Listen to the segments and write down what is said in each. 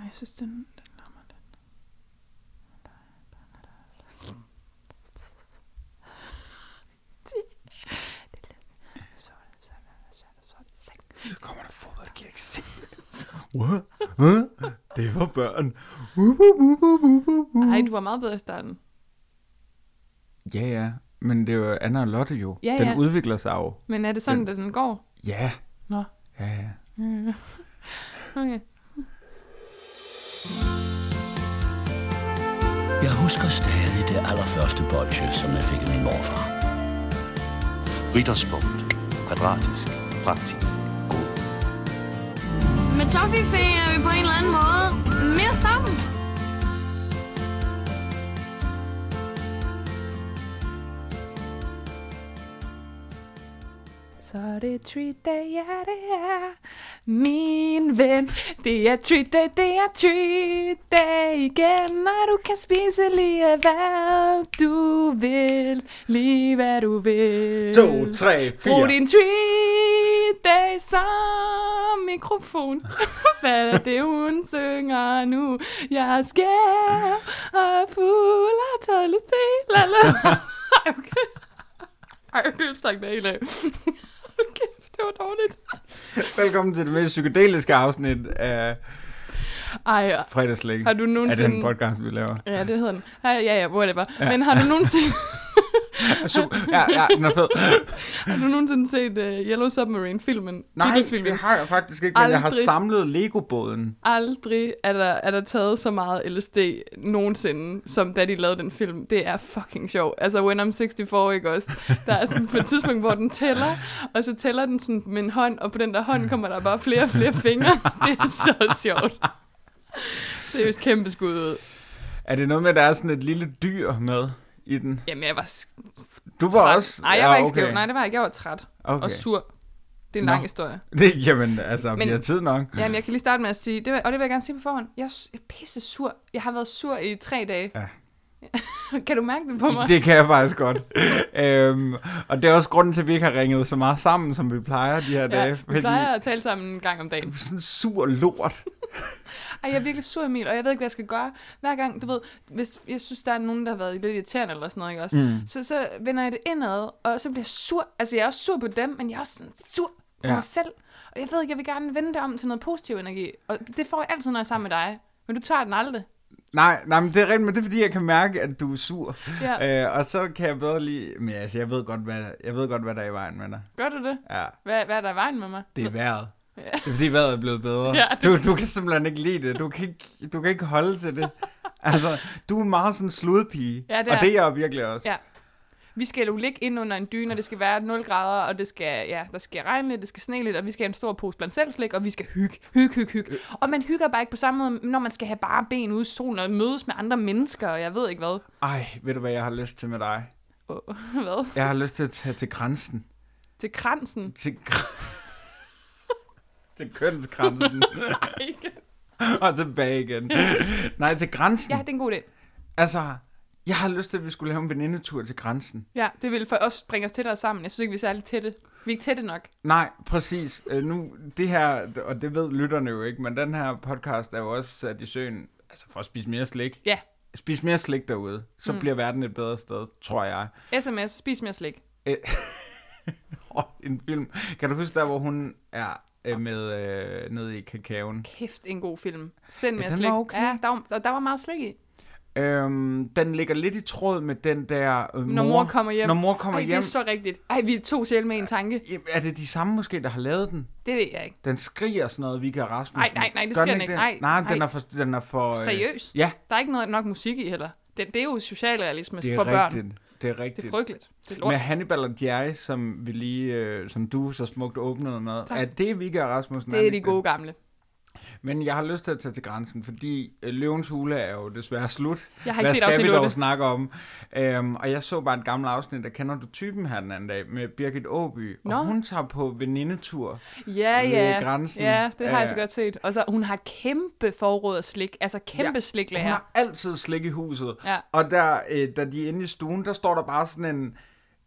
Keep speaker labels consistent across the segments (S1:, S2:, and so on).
S1: jeg synes, den... den Nu kommer der fodbold, det kan jeg ikke se.
S2: What? Huh? Det er for børn. Uh, uh, uh, uh, uh, uh, uh.
S1: Ej, du var meget bedre i starten.
S2: Ja, ja. Men det er jo Anna og Lotte jo.
S1: Ja,
S2: den
S1: ja.
S2: udvikler sig jo.
S1: Men er det sådan, at den går?
S2: Ja.
S1: Nå.
S2: Ja, ja.
S1: Okay.
S3: Jeg husker stadig det allerførste bolsje, som jeg fik af min morfar.
S4: Ritterspunkt. Kvadratisk. Praktisk. God.
S5: Med Toffifee er vi på en eller anden måde mere sammen.
S1: Så er det treat day, ja det er min ven. Det er treat day, det er treat day igen, og du kan spise lige hvad du vil. Lige hvad du vil.
S2: To, tre,
S1: Brug
S2: fire.
S1: din treat day som mikrofon. Hvad er det, hun synger nu? Jeg er skæv og fuld og tør lyst til. La, la. Ej, okay. Ej, det stak da helt af. Okay, det var dårligt.
S2: Velkommen til det mest psykedeliske afsnit af
S1: Ej, og-
S2: Fredagslæg.
S1: har du nogensinde...
S2: Er den podcast, vi laver?
S1: Ja, det hedder den. Ej, Ja, ja, whatever. Ja. Men har du nogensinde,
S2: Super. Ja, ja, den er fed.
S1: har du nogensinde set uh, Yellow Submarine-filmen?
S2: Nej,
S1: Beatles-filmen?
S2: det har jeg faktisk ikke, men jeg har
S1: Aldrig.
S2: samlet Lego-båden.
S1: aldrig er der, er der taget så meget LSD nogensinde, som da de lavede den film. Det er fucking sjovt. Altså, When I'm 64, ikke også? Der er sådan på et tidspunkt, hvor den tæller, og så tæller den sådan med en hånd, og på den der hånd kommer der bare flere og flere fingre. Det er så sjovt. Seriøst, kæmpe skud ud.
S2: Er det noget med, at der er sådan et lille dyr med i den?
S1: Jamen, jeg var sk-
S2: Du var
S1: træt.
S2: også...
S1: Nej, jeg var
S2: Ja,
S1: ikke skæv. Nej, det var jeg ikke. Jeg var træt
S2: okay.
S1: og sur. Det er en
S2: Nå.
S1: lang historie.
S2: Det, jamen, altså, men,
S1: Men-
S2: vi har tid nok.
S1: Jamen, jeg kan lige starte med at sige, det, vil- og det vil jeg gerne sige på forhånd, jeg er, s- jeg er pisse sur. Jeg har været sur i tre dage.
S2: Ja.
S1: kan du mærke det på mig?
S2: Det kan jeg faktisk godt. øhm, og det er også grunden til, at vi ikke har ringet så meget sammen, som vi plejer de her dage.
S1: Ja, vi plejer at tale sammen en gang om dagen.
S2: sådan sur lort.
S1: Ej, jeg er virkelig sur, Emil, og jeg ved ikke, hvad jeg skal gøre. Hver gang, du ved, hvis jeg synes, der er nogen, der har været lidt irriterende eller sådan noget, ikke også? Mm. Så, så vender jeg det indad, og så bliver jeg sur. Altså, jeg er også sur på dem, men jeg er også sådan sur på
S2: Ja.
S1: ja. mig selv. Og jeg ved ikke, jeg vil gerne vende det om til noget positiv energi. Og det får jeg altid, når jeg er sammen med dig. Men du tager den aldrig.
S2: Nej, nej, men det er rigtigt, men det er fordi, jeg kan mærke, at du er sur.
S1: Ja.
S2: Øh, og så kan jeg bedre lige... Men altså, jeg ved godt, hvad, jeg ved godt, hvad der er i vejen med dig.
S1: Gør du det?
S2: Ja,
S1: Hvad, hvad er der i vejen med mig?
S2: det er vejret.
S1: Ja.
S2: Det er fordi vejret er blevet bedre.
S1: Ja, det-
S2: du, du kan simpelthen ikke lide det. Du kan ikke, du kan ikke holde til det. Altså, du er meget sådan en sludpige.
S1: Ja, det
S2: og
S1: er-
S2: det er jeg jo virkelig også.
S1: Ja. Vi skal jo ligge ind under en dyne, og det skal være 0 grader, og det skal, ja, der skal regne lidt, det skal sne lidt, og vi skal have en stor pose blandt selv slik, og vi skal hygge, hygge, hygge,
S2: Øh.
S1: hygge. Og man hygger bare ikke på samme måde, når man skal have bare ben ude i solen og mødes med andre mennesker, og jeg ved ikke hvad.
S2: Ej, ved du, hvad jeg har lyst til med dig?
S1: Oh, hvad?
S2: Jeg har lyst til at tage til grænsen.
S1: Til kransen?
S2: Til, gr- til kønsgrænsen.
S1: Ikke.
S2: og tilbage igen. Nej, til grænsen.
S1: Ja, det er en god idé.
S2: Altså, jeg har lyst til, at vi skulle lave en venindetur til grænsen.
S1: Ja, det vil for os bringe os tættere sammen. Jeg synes ikke, vi er særlig tætte. Vi er ikke tætte nok.
S2: Nej, præcis. Øh, nu, det her, og det ved lytterne jo ikke, men den her podcast er jo også sat i søen altså for at spise mere slik.
S1: Ja,
S2: Spis mere slik derude, så mm. bliver verden et bedre sted, tror jeg.
S1: sms, spis mere slik.
S2: Oh, en film. Kan du huske der, hvor hun er øh, med øh, nede i kakaoen?
S1: Kæft, en god film. Send mere
S2: den
S1: slik.
S2: var okay.
S1: Ja, der var, og der var meget slik i.
S2: Øhm, den ligger lidt i tråd med den der øh, mor,
S1: Når mor, kommer hjem.
S2: Når mor kommer
S1: Ej,
S2: hjem.
S1: det er så rigtigt. Ej, vi er to sjæl med en tanke.
S2: Jamen, Er det de samme måske, der har lavet den?
S1: Det ved jeg ikke.
S2: Den skriger sådan noget, Vika Rasmussen.
S1: Nej, nej, nej, det
S2: Gør
S1: skriger den ikke.
S2: det?
S1: Nej,
S2: nej, den
S1: nej.
S2: er for... Den er for øh,
S1: Seriøs.
S2: Ja,
S1: Der er ikke noget, nok musik i heller. Det, det er jo socialrealisme
S2: det er
S1: Altså for børn.
S2: rigtigt. Det er
S1: Det er
S2: rigtigt.
S1: frygteligt. Det er lort.
S2: Med Hannibal og Jerry, som, vi lige, øh, som du så smukt åbnede med,
S1: Tak.
S2: er det Vika Rasmussen?
S1: det er de
S2: ikke
S1: gode gamle.
S2: Men jeg har lyst til at tage til grænsen, fordi øh, Løvens Hule er jo desværre slut.
S1: Jeg har ikke
S2: Hvad
S1: set
S2: skal
S1: afsnit
S2: vi dog
S1: otte.
S2: snakke om? Øhm, og jeg så bare et gammelt afsnit af Kender du typen her den anden dag med Birgit Åby,
S1: Nå.
S2: og hun tager på venindetur.
S1: Ja,
S2: ved
S1: ja.
S2: grænsen.
S1: Ja, det har jeg så
S2: Ja.
S1: godt set. Og så, hun har kæmpe forråd af slik. Altså kæmpe ja,
S2: Ja,
S1: sliklager.
S2: Hun har altid slik i huset.
S1: Ja.
S2: Og der, øh, da de er inde i stuen, der står der bare sådan en...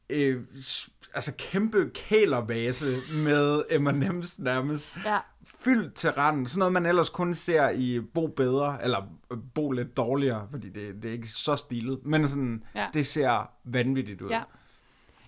S2: Øh, s- altså kæmpe kælervase med M&M's nærmest.
S1: Ja.
S2: Fyldt til randen. Sådan noget, man ellers kun ser i Bo Bedre, eller øh, Bo Lidt Dårligere, fordi det, det er ikke så stilet. Men sådan,
S1: Ja.
S2: ja. det ser vanvittigt ud.
S1: Ja.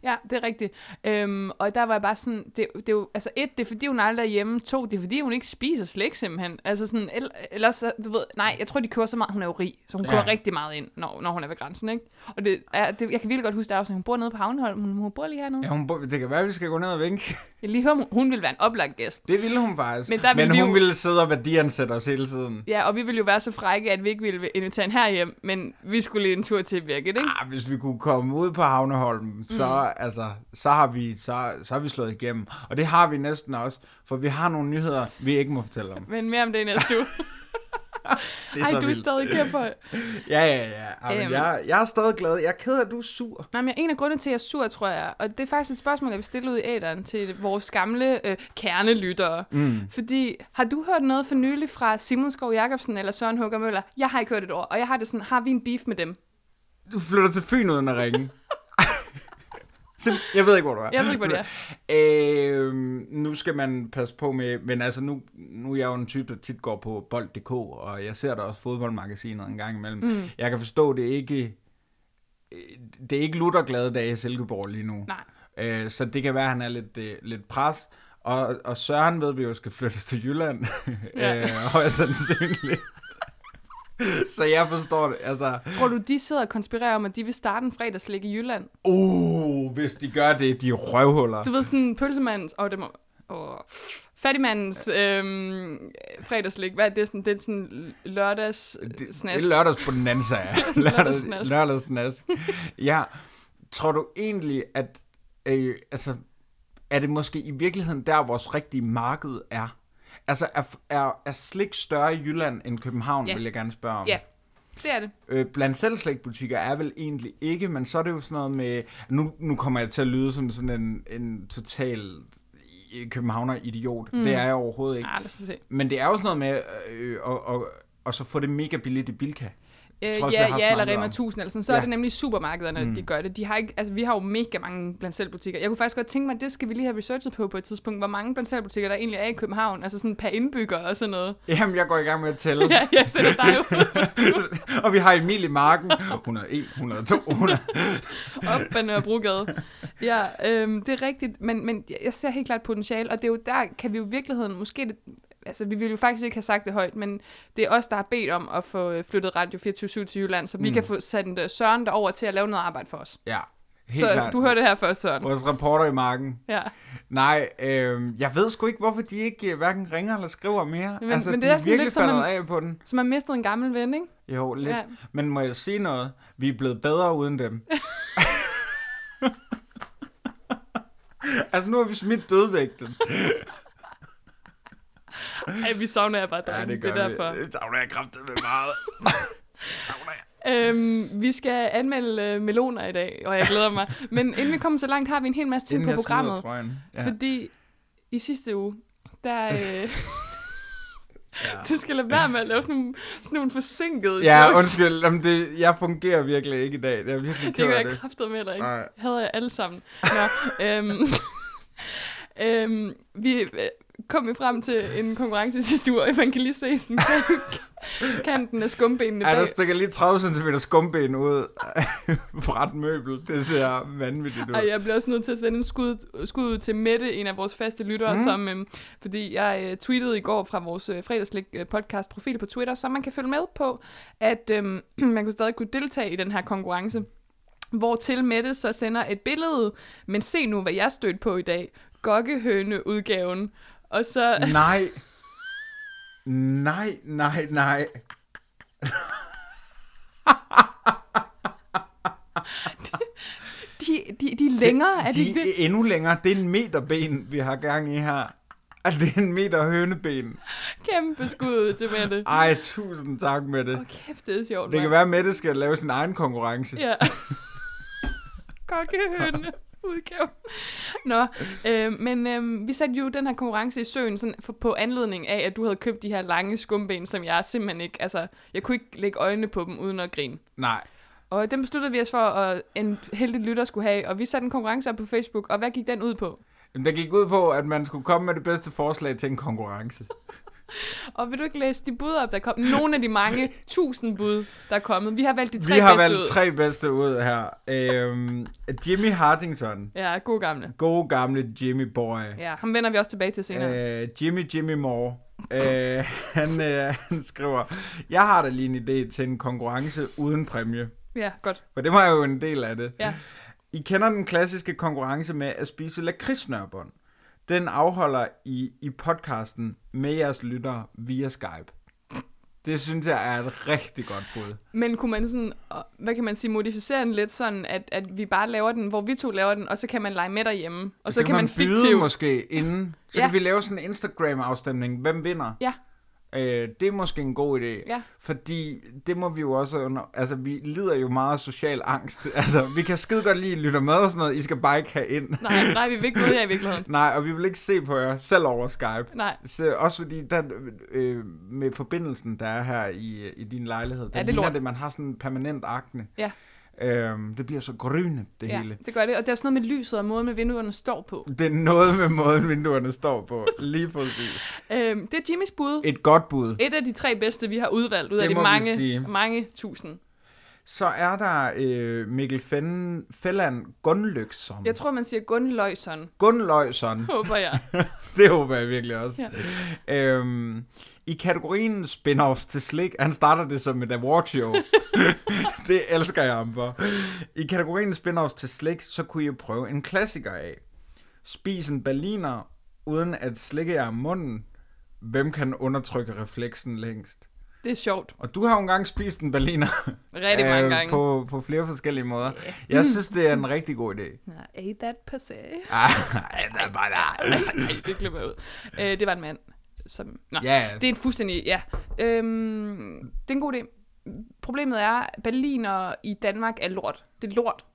S1: Ja, det er rigtigt. Øhm, og der var jeg bare sådan, det, det er jo, altså et, det er fordi hun aldrig er hjemme, to, det er fordi hun ikke spiser slik simpelthen. Altså sådan, el- ellers, så- du ved, nej, jeg tror de kører så meget, hun er jo rig, så hun ja. kører rigtig meget ind, når, når hun er ved grænsen, ikke? Og det, er, det, jeg kan virkelig godt huske det afsnit, hun bor nede på Havnholm, hun, hun bor lige hernede.
S2: Ja,
S1: Ja.
S2: hun, bor- det kan være, at vi skal gå ned og vinke.
S1: Jeg lige hører, hun, hun ville være en oplagt gæst.
S2: Det ville hun faktisk.
S1: Men der ville
S2: Men
S1: vi
S2: hun
S1: jo-
S2: ville sidde og værdiansætte os hele tiden.
S1: Ja, og vi ville jo være så frække, at vi ikke ville invitere hende herhjem, men vi skulle lige en tur til Birgit, ikke?
S2: Ah, hvis vi kunne komme ud på Havneholm, så, mm. altså, så, har vi, så, så har vi slået igennem. Og det har vi næsten også, for vi har nogle nyheder, vi ikke må fortælle om.
S1: Men mere om det i næste uge.
S2: Det
S1: Ej,
S2: så
S1: du er
S2: vildt.
S1: stadig kæmper.
S2: Ja, ja, ja. Ej,
S1: Øhm.
S2: men jeg, jeg er stadig glad. Jeg er ked af, at du er sur.
S1: Nej, men en af grundene til, at jeg er sur, tror jeg, og det er faktisk et spørgsmål, jeg vil stille ud i æderen til vores gamle øh, kernelyttere. Mm. Fordi, har du hørt noget for nylig fra Simon Skov Jacobsen eller Søren Hugger Møller? Jeg har ikke hørt et ord, og jeg har det sådan, har vi en beef med dem?
S2: Du flytter til Fyn uden at ringe. Sim- jeg ved ikke, hvor du er.
S1: Jeg ved ikke, hvor det
S2: er. Øhm, nu skal man passe på med... Men altså, nu, nu er jeg jo en type, der tit går på bold.dk, og jeg ser da også fodboldmagasinet en gang imellem. Mm. Jeg kan forstå, det er ikke... øh, Det er ikke lutterglade dage i Silkeborg lige nu.
S1: Nej.
S2: Øh, så det kan være, at han er lidt, øh, lidt pres. Og, og Søren ved vi jo skal flyttes til Jylland.
S1: Ja.
S2: Ja. øh, højst sandsynligt. så jeg forstår det. Altså,
S1: Tror du, de sidder og konspirerer om, at de vil starte en fredagslik i Jylland?
S2: uh, hvis de gør det, de er røvhuller.
S1: Du ved sådan pølsemandens, og det må... Åh, fattigmandens øhm, fredagslik, hvad er det sådan? Det er sådan lørdags
S2: det,
S1: snask.
S2: det er lørdags på den anden sag. lørdags,
S1: Lørdagssnask.
S2: lørdagsnask. ja. Tror du egentlig, at... Øh, altså, er det måske i virkeligheden der, vores rigtige marked er? Altså, er, er, er slik større i Jylland end København,
S1: Ja.
S2: ja. vil jeg gerne spørge om.
S1: Ja, det er det.
S2: Øh, blandt selv slikbutikker er vel egentlig ikke, men så er det jo sådan noget med... Nu, nu kommer jeg til at lyde som sådan en, en total øh, københavner-idiot. Mm. Det er jeg overhovedet ikke.
S1: Ah, lad os se.
S2: Men det er jo sådan noget med øh, og, og, og så få det mega billigt i Bilka.
S1: Øh,
S2: tror også, vi har
S1: ja,
S2: haft
S1: ja,
S2: snakket
S1: eller Rema
S2: om.
S1: 1000 eller sådan. Så ja.
S2: Ja.
S1: er det nemlig supermarkederne, mm. de gør det. De har ikke, altså, vi har jo mega mange blandt selv butikker. Jeg kunne faktisk godt tænke mig, at det skal vi lige have researchet på på et tidspunkt, hvor mange blandt selv butikker der egentlig er i København. Altså sådan per indbygger og sådan noget.
S2: Jamen, jeg går i gang med at tælle.
S1: Ja, jeg ser det dig ud.
S2: og vi har Emil i marken. 101, 102, 100.
S1: op ad Nørrebrogade. Ja, øhm, det er rigtigt, men, men jeg ser helt klart potentiale, og det er jo der, kan vi jo i virkeligheden, måske det, altså vi ville jo faktisk ikke have sagt det højt, men det er os, der har bedt om at få øh, flyttet Radio 24 til Jylland, så vi mm. kan få sendt øh, Søren derover til at lave noget arbejde for os.
S2: Ja, helt
S1: så
S2: klart.
S1: du hører det her først, Søren.
S2: Vores reporter i marken.
S1: Ja.
S2: Nej, øh, jeg ved sgu ikke, hvorfor de ikke øh, hverken ringer eller skriver mere.
S1: Men-
S2: altså,
S1: men
S2: de
S1: det er
S2: er
S1: sådan
S2: virkelig
S1: lidt som
S2: faldet
S1: en-
S2: af på den.
S1: Så man mistede en gammel ven, ikke?
S2: Jo, lidt.
S1: Ja.
S2: Ja. Men må jeg sige noget? Vi er blevet bedre uden dem. altså, nu har vi smidt dødvægten.
S1: Ej, vi savner jer bare, drenge. Ja, det, det er derfor.
S2: vi. Det savner jeg kraftigt med meget.
S1: Øhm, vi skal anmelde øh, meloner i dag, og jeg glæder mig. Men inden vi kommer så langt, har vi en hel masse ting
S2: Inden
S1: på
S2: jeg smider
S1: programmet.
S2: trøjen. Ja.
S1: Fordi i sidste uge, der... Øh, du skal lade være med at lave sådan nogle, sådan nogle forsinkede
S2: Ja,
S1: jokes.
S2: undskyld. Jamen, det, jeg fungerer virkelig ikke i dag. Jeg er virkelig
S1: Det
S2: ked af
S1: kan jeg
S2: det. Ah.
S1: kræftet med, eller ikke?
S2: Nej.
S1: Hader jeg alle sammen. Nå, øhm, øhm, vi øh, kom jo frem til en konkurrence i sidste uge, og man kan lige se sådan kanten af skumbenene
S2: Ej, der
S1: bag.
S2: stikker lige 30 cm skumben ud fra et møbel. Det ser vanvittigt ud.
S1: Og jeg bliver også nødt til at sende en skud, skud ud til Mette, en af vores faste lyttere, mm. som, øhm, fordi jeg øh, tweetede i går fra vores øh, fredagslik øh, podcast profil på Twitter, så man kan følge med på, at øhm, man kunne stadig kunne deltage i den her konkurrence. Hvor til Mette så sender et billede, men se nu, hvad jeg stødt på i dag. Gokkehøne-udgaven. Og
S2: Mm.
S1: så...
S2: Nej. Nej, nej, nej.
S1: De, de, de er længere, er de,
S2: de
S1: ikke det?
S2: er endnu længere. Det er en meter ben, vi har gang i her. Altså, det er en meter høneben.
S1: Kæmpe skud ud til Mette.
S2: Ej, tusind tak med det.
S1: Åh, kæft, det er sjovt,
S2: Ah. Det kan
S1: mand.
S2: være, at Mette skal lave sin egen konkurrence.
S1: Ja. Kokkehøne udgave. Nå, øh, men øh, vi satte jo den her konkurrence i søen sådan for, på anledning af, at du havde købt de her lange skumben, som jeg simpelthen ikke, altså, jeg kunne ikke lægge øjnene på dem uden at grine.
S2: Nej.
S1: Og den besluttede vi os for, at en heldig lytter skulle have, og vi satte en konkurrence op på Facebook, og hvad gik den ud på?
S2: Jamen, der gik ud på, at man skulle komme med det bedste forslag til en konkurrence.
S1: Og vil du ikke læse de bud op, der kom? Nogle af de mange tusind bud, der er kommet. Vi har valgt de tre
S2: Vi har
S1: bedste
S2: valgt
S1: ud.
S2: tre bedste ud her. Øhm, Jimmy Hartington.
S1: Ja, god gamle.
S2: God gamle Jimmy Boy.
S1: Ja, ham vender vi også tilbage til senere. Øh,
S2: Øh, Jimmy Jimmy Moore. Øh, han, øh, han skriver, jeg har da lige en idé til en konkurrence uden præmie.
S1: ja, godt.
S2: For det var jo en del af det.
S1: Ja.
S2: I kender den klassiske konkurrence med at spise lakridsnørbånd. Den afholder I i podcasten med jeres lyttere via Skype. Det synes jeg er et rigtig godt bud.
S1: Men kunne man sådan, og- hvad kan man sige, modificere den lidt sådan, at, at vi bare laver den, hvor vi to laver den, og så kan man lege med derhjemme. Og
S2: Altså,
S1: så, kan man,
S2: byde
S1: fiktivt...
S2: måske inden. Så
S1: Ja.
S2: ja. kan vi lave sådan en Instagram-afstemning. Hvem vinder?
S1: Ja,
S2: Øh, det er måske en god idé.
S1: Ja.
S2: Fordi det må vi jo også under... Altså, vi lider jo meget af social angst. Altså, vi kan skide godt lide at lytte med og sådan noget. I skal bare ikke have ind.
S1: nej, nej, vi vil ikke møde jer i virkeligheden.
S2: Nej, og vi vil ikke se på jer selv over Skype.
S1: Nej.
S2: Så også fordi, der, øh, med forbindelsen, der er her i, i din lejlighed,
S1: Ja,
S2: der
S1: det er
S2: ligner
S1: lort.
S2: det, man har sådan en permanent akne.
S1: Ja.
S2: Øhm, det bliver så grynet, det
S1: Ja,
S2: hele.
S1: det gør det. Og det er også noget med lyset og måden, med vinduerne står på.
S2: Det er noget med måden, vinduerne står på. Lige præcis.
S1: Øhm, det er Jimmys bud.
S2: Et godt bud.
S1: Et af de tre bedste, vi har udvalgt ud
S2: Det
S1: af de
S2: må vi
S1: mange,
S2: sige.
S1: mange tusind.
S2: Så er der øh, Mikkel Fenn, Fælland Gunnløgsson.
S1: Jeg tror, man siger Gunnløjson,
S2: Gunnløgsson.
S1: håber jeg.
S2: Det håber jeg virkelig også.
S1: Ja.
S2: Ja. Øhm, I kategorien spin-off til slik, han starter det som et award show. det elsker jeg ham for. I kategorien spin-off til slik, så kunne I prøve en klassiker af. Spis en berliner, uden at slikke jer om munden. Hvem kan undertrykke refleksen længst?
S1: Det er sjovt.
S2: Og du har jo engang spist en berliner. Øh,
S1: Rigtig mange gange.
S2: På, på flere forskellige måder. Yeah. Jeg synes, det er en rigtig god idé.
S1: Nå, ain't that per se?
S2: Ah, det er bare der.
S1: Nej, det glemmer jeg ud. Øh, det var en mand. Som, nå,
S2: Ja.
S1: Det er en fuldstændig... Ja. Øhm, det er en god idé. Problemet er, berliner i Danmark er lort. Det er lort.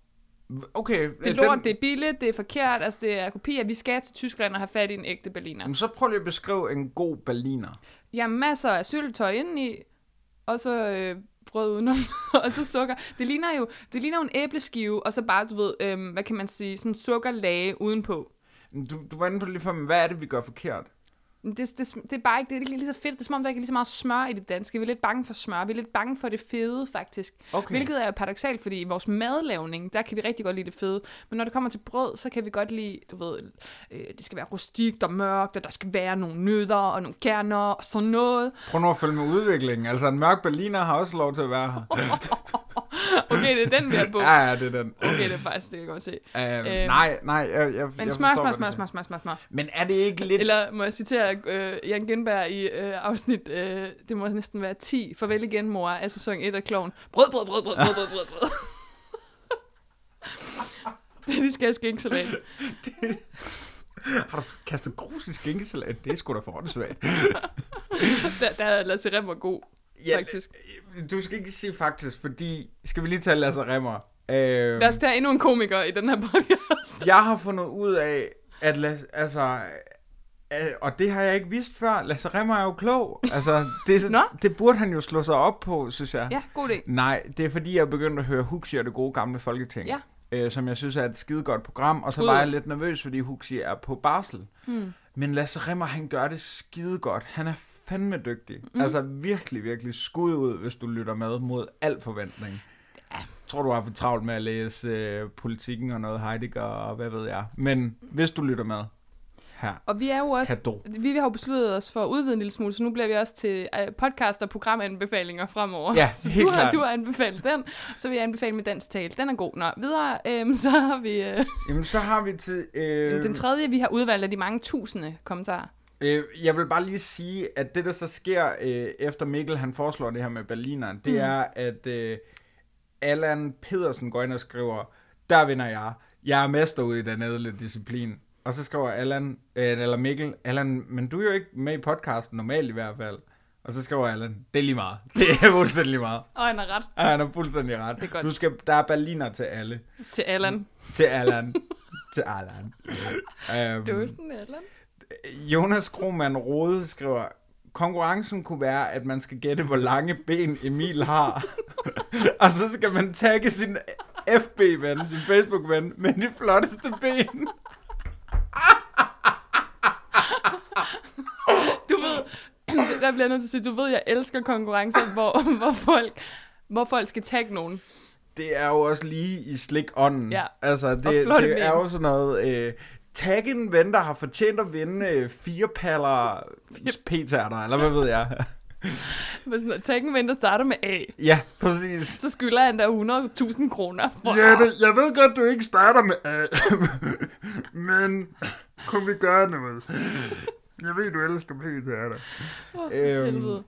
S2: Okay. øh,
S1: Det er lort, den... det er billigt, det er forkert, altså det er kopier. Vi skal til Tyskland og have fat i en ægte berliner.
S2: Jamen, så prøv lige at beskrive en god berliner.
S1: Jeg har masser af syltøj indeni, og så øh, brød udenom, og så sukker. Det ligner jo det ligner jo en æbleskive, og så bare, du ved, øhm, hvad kan man sige, sådan sukkerlage udenpå.
S2: Du, du var inde på det lige før, men hvad er det, vi gør forkert?
S1: Men Det, det, det, er bare ikke, det er ikke lige så fedt. Det er som om, der ikke er lige så meget smør i det danske. Vi er lidt bange for smør. Vi er lidt bange for det fede, faktisk.
S2: Okay.
S1: Hvilket er jo paradoxalt, fordi i vores madlavning, der kan vi rigtig godt lide det fede. Men når det kommer til brød, så kan vi godt lide, du ved, øh, det skal være rustikt og mørkt, og der skal være nogle nødder og nogle kerner og sådan noget.
S2: Prøv nu at følge med udviklingen. Altså, en mørk berliner har også lov til at være her.
S1: Okay, det er den, vi har på.
S2: Ja, ja, det er den.
S1: Okay, det er faktisk, det kan jeg godt se.
S2: Uh,
S1: Øhm,
S2: nej, nej, jeg, jeg,
S1: Men
S2: jeg
S1: smør,
S2: forstår,
S1: smør,
S2: hvad
S1: smør,
S2: du
S1: smør,
S2: siger.
S1: smør, smør, smør.
S2: Men er det ikke lidt...
S1: Eller må jeg citere øh, Jan Genberg i øh, afsnit, øh, det må næsten være 10, Farvel igen, mor, af sæson 1 af Kloven. Brød, brød, brød, brød, brød, brød, brød, brød. det de skal jeg skænke så længe.
S2: Har du kastet grus i skinkesalat? Det er sgu da for åndssvagt.
S1: Der, der er Lasse Remmer god, ja, faktisk.
S2: Du skal ikke sige faktisk, fordi... Skal vi lige tage Lasse Remmer? Øh,
S1: Lad os tage endnu en komiker i den her podcast.
S2: Jeg har fundet ud af, at Lasse, altså, øh, og det har jeg ikke vidst før, Lasse Remmer er jo klog. Altså, det,
S1: Nå.
S2: det burde han jo slå sig op på, synes jeg.
S1: Ja, god idé.
S2: Nej, det er fordi, jeg begyndte at høre Huxi og det gode gamle Folketing.
S1: Ja.
S2: Øh, som jeg synes er et skide godt program, og så
S1: Ud.
S2: var jeg lidt nervøs, fordi Huxi er på barsel. Hmm. Men Lasse Remmer, han gør det skide godt. Han er fandme dygtig. Mm. Altså virkelig, virkelig skud ud, hvis du lytter med mod al forventning. Jeg tror, du har for travlt med at læse øh, politikken og noget Heidegger og hvad ved jeg. Men hvis du lytter med her,
S1: Og vi er jo også,
S2: Kado.
S1: vi har jo besluttet os for at udvide en lille smule, så nu bliver vi også til øh, podcast og programanbefalinger fremover.
S2: Ja,
S1: så
S2: helt
S1: du har,
S2: klart.
S1: du har anbefalet den, så vil jeg anbefale med dansk tale. Den er god. Nå, videre, øhm, så har vi øh,
S2: jamen, så har vi til... Øh,
S1: den tredje, vi har udvalgt af de mange tusinde kommentarer.
S2: Øh, jeg vil bare lige sige, at det, der så sker øh, efter Mikkel, han foreslår det her med Berliner, det mm. er, at øh, Allan Pedersen går ind og skriver, der vinder jeg. Jeg er mester ude i den ædle disciplin. Og så skriver Allan, øh, eller Mikkel, Allan, men du er jo ikke med i podcasten, normalt i hvert fald. Og så skriver Allan, det er lige meget. Det er fuldstændig lige meget.
S1: Og han har ret
S2: Og han har fuldstændig ret.
S1: Det er godt.
S2: Du skal, der er Berliner til alle.
S1: til Allan.
S2: Til Allan. til Allan. øhm,
S1: Det er jo sådan, Allan.
S2: Jonas Krohmann Rode skriver, konkurrencen kunne være, at man skal gætte, hvor lange ben Emil har. og så skal man tagge sin FB-ven, sin Facebook-ven, med de flotteste ben.
S1: Du ved, der bliver jeg nødt til at sige, du ved, jeg elsker konkurrencer, hvor, hvor, folk, hvor folk skal tagge nogen.
S2: Det er jo også lige i slik-ånden.
S1: Ja.
S2: Altså,
S1: Og
S2: det,
S1: flotte
S2: det er
S1: ben.
S2: jo sådan noget... Øh, Tag en ven, der har fortjent at vinde øh, fire paller p-tærter, eller hvad ved jeg.
S1: Med sådan, tag en ven, der starter med A.
S2: ja, præcis.
S1: Så skylder han der 100.000 kroner. Hvor-
S2: jeg ved godt, du ikke starter med A, men kunne vi gøre noget?
S6: Jeg ved, du elsker P-teater.
S1: Åh, for
S2: Øhm.
S1: helvede.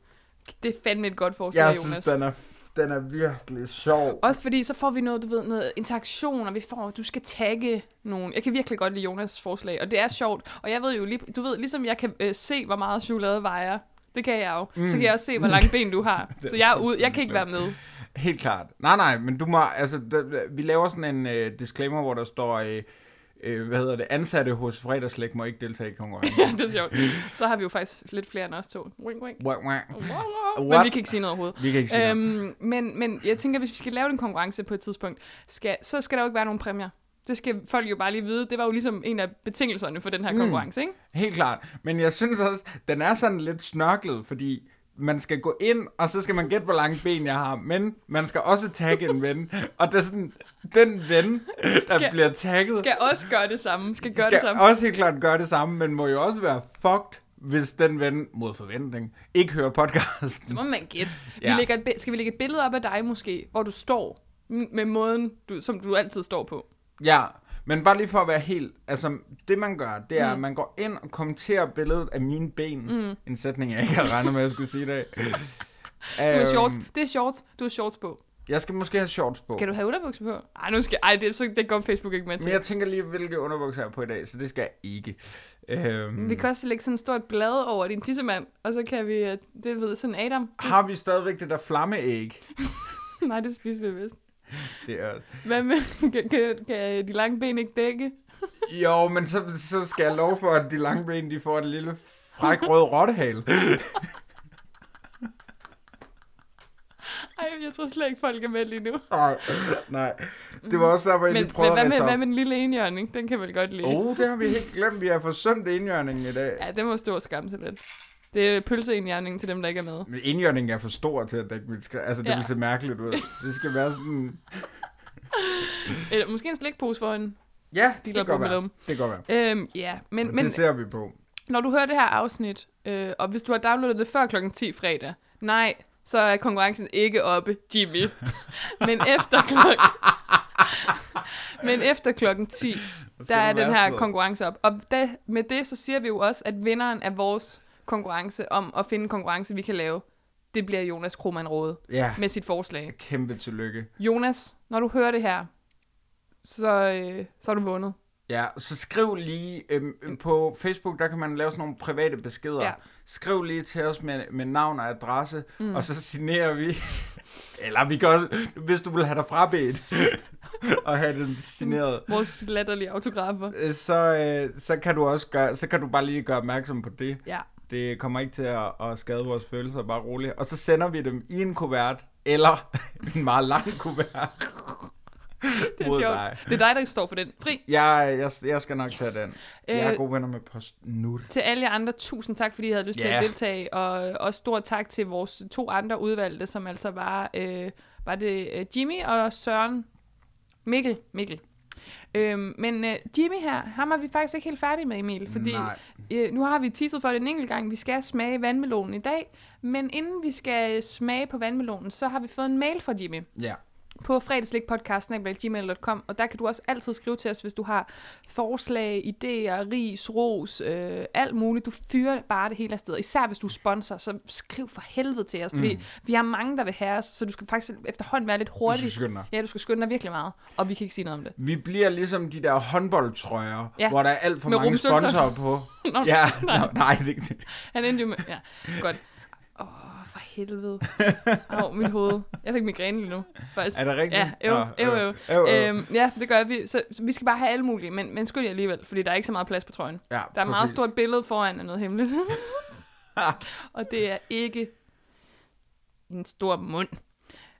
S1: Det er fandme et godt forslag,
S2: Jeg
S1: Jonas.
S2: synes, den er, den er virkelig sjov.
S1: Også fordi så får vi noget, du ved, noget interaktion, og vi får, du skal tagge nogen. Jeg kan virkelig godt lide Jonas' forslag, og det er sjovt. Og jeg ved jo lige, du ved, ligesom jeg kan øh, se, hvor meget chokolade vejer, det kan jeg jo. Mm. Så kan jeg også se, hvor lange ben du har. så jeg er ude, jeg kan ikke være med.
S2: Helt klart. Nej, nej, men du må, altså, der, vi laver sådan en øh, disclaimer, hvor der står, øh, øh, hvad hedder det, ansatte hos fredagslæg må ikke deltage i konkurrencen.
S1: det er sjovt. Så har vi jo faktisk lidt flere end os to. Wink, wink.
S2: Wah, wah.
S1: Men
S2: What?
S1: vi kan ikke sige noget overhovedet.
S2: Vi kan ikke sige noget.
S1: øhm, men, men jeg tænker, hvis vi skal lave en konkurrence på et tidspunkt, skal, så skal der jo ikke være nogen præmier. Det skal folk jo bare lige vide. Det var jo ligesom en af betingelserne for
S2: Mm.
S1: den her konkurrence, ikke?
S2: Helt klart. Men jeg synes også, den er sådan lidt snørklet, fordi man skal gå ind, og så skal man gætte, hvor lange ben jeg har, men man skal også tagge en ven. Og det er sådan, den ven, der
S1: Skal-
S2: bliver tagget,
S1: Skal også gøre det samme. Skal gøre
S2: skal
S1: det samme.
S2: også helt klart gøre det samme, men må jo også være fucked, hvis den ven, mod forventning, ikke hører podcasten.
S1: Så må man gætte. Ja.
S2: Ja.
S1: Vi lægger et, bi- skal vi lægge et billede op af dig måske, hvor du står m- med måden, du, som du altid står på?
S2: Ja, men bare lige for at være helt... Altså, det man gør, det er, mm. at man går ind og kommenterer billedet af mine ben. Mm. En sætning, jeg ikke havde regnet med, at jeg skulle sige i dag. Øhm,
S1: Du har shorts. Det er shorts. Du har shorts på.
S2: Jeg skal måske have shorts på.
S1: Skal du have underbukser på? Ej, nu skal, ej det, så, det går Facebook ikke med til.
S2: Men jeg tænker lige, hvilke underbukser jeg har på i dag, så det skal jeg ikke. Øhm,
S1: Vi kan også lægge sådan et stort blad over din tissemand, og så kan vi, øh, det ved sådan Adam.
S2: Har vi stadigvæk det der flammeæg?
S1: Nej, det spiser vi vist.
S2: Det er...
S1: Hvad med, kan, kan, kan de lange ben ikke dække?
S2: Jo, men så, så skal jeg love for, at de lange ben, de får et lille fræk rød rottehale.
S1: Ej, jeg tror slet ikke, folk er med lige nu.
S2: Nej, nej. Det var også derfor, jeg
S1: Men,
S2: lige
S1: men
S2: prøvede
S1: hvad,
S2: at
S1: med,
S2: læse
S1: hvad
S2: op.
S1: med den lille enhjørning? Den kan vel godt lide.
S2: Oh, det har vi helt glemt. Vi har forsømt indjørningen i dag.
S1: Ja, det må stå og skamme sig lidt. Det er pølseenhjørningen til dem, der ikke er med.
S2: Men Indjørningen er for stor til at dække mit skræk. Altså, det
S1: Ja.
S2: ja. vil se mærkeligt ud. Det skal være sådan...
S1: Eller måske en slikpose for en.
S2: Ja,
S1: De
S2: det,
S1: der
S2: kan godt
S1: bummelum.
S2: være. Det kan godt være.
S1: Øhm, ja, men,
S2: Men,
S1: men
S2: det ser vi på.
S1: når du hører det her afsnit, øh, og hvis du har downloadet det før klokken 10 fredag, nej, så er konkurrencen ikke oppe, Jimmy. men efter klokken... men efter klokken 10, der
S2: skal
S1: er
S2: du være
S1: den her
S2: sød.
S1: konkurrence op. Og da, med det, så siger vi jo også, at vinderen af vores konkurrence om at finde en konkurrence, vi kan lave, det bliver Jonas Krohmann Rode
S2: Ja,
S1: med sit forslag.
S2: kæmpe tillykke.
S1: Jonas, når du hører det her, så, øh, så har du vundet.
S2: Ja, så skriv lige øhm, øhm, på Facebook, der kan man lave sådan nogle private beskeder.
S1: Ja.
S2: Ja. Skriv lige til os med, med navn og adresse, mm. og så signerer vi. Eller vi kan også, hvis du vil have dig frabedt og have det signeret,
S1: Vores latterlige autografer.
S2: øh, så, øh, så, kan du også gøre, så kan du bare lige gøre opmærksom på det.
S1: Ja.
S2: Det kommer ikke til at, at skade vores følelser, bare roligt. Og så sender vi dem i en kuvert, eller en meget lang kuvert.
S1: Det er
S2: Mod
S1: sjovt.
S2: dig.
S1: Det er dig, der står for den. Fri.
S2: Jeg, jeg, jeg skal nok yes. tage den. Jeg
S1: Øh,
S2: er gode venner med post nu.
S1: Til alle jer andre, tusind tak, fordi I havde lyst yeah. til
S2: Ja.
S1: at deltage. Og øh, også stor tak til vores to andre udvalgte, som altså var, øh, var det øh, Jimmy og Søren Mikkel. Mikkel. Øhm, men øh, Jimmy her, ham er vi faktisk ikke helt færdige med, Emil. Fordi
S2: Nej.
S1: øh, nu har vi teaset for det en enkelt gang. Vi skal smage vandmelonen i dag. Men inden vi skal øh, smage på vandmelonen, så har vi fået en mail fra Jimmy.
S2: Ja.
S1: på fredagslikpodcast.gmail.com, og der kan du også altid skrive til os, hvis du har forslag, idéer, ris, ros, øh, alt muligt. Du fyrer bare det hele afsted. Især hvis du er sponsor, så skriv for helvede til os, fordi mm. vi har mange, der vil have os, så du skal faktisk efterhånden være lidt hurtig.
S2: Du skal skynde dig.
S1: Ja, du skal skynde dig virkelig meget, og vi kan ikke sige noget om det.
S2: Vi bliver ligesom de der håndboldtrøjer,
S1: Ja.
S2: ja. hvor der er alt for
S1: Med
S2: med mange
S1: rumsølser.
S2: sponsorer på.
S1: Nå,
S2: ja, nej, nej det, det-
S1: Han endte jo med... Ja, godt. Åh, oh, for helvede. Au, mit hoved. Jeg fik migræne lige nu, faktisk.
S2: Er det rigtigt?
S1: Ja, øv,
S2: Nå,
S1: øv,
S2: øv.
S1: øv.
S2: Øv, øv.
S1: Øhm, ja, det gør vi. Så, så vi skal bare have alle mulige, men, men skyld jer alligevel, fordi der er ikke så meget plads på trøjen.
S2: Ja,
S1: der er et meget
S2: præcis.
S1: stort billede foran af noget hemmeligt. og det er ikke en stor mund.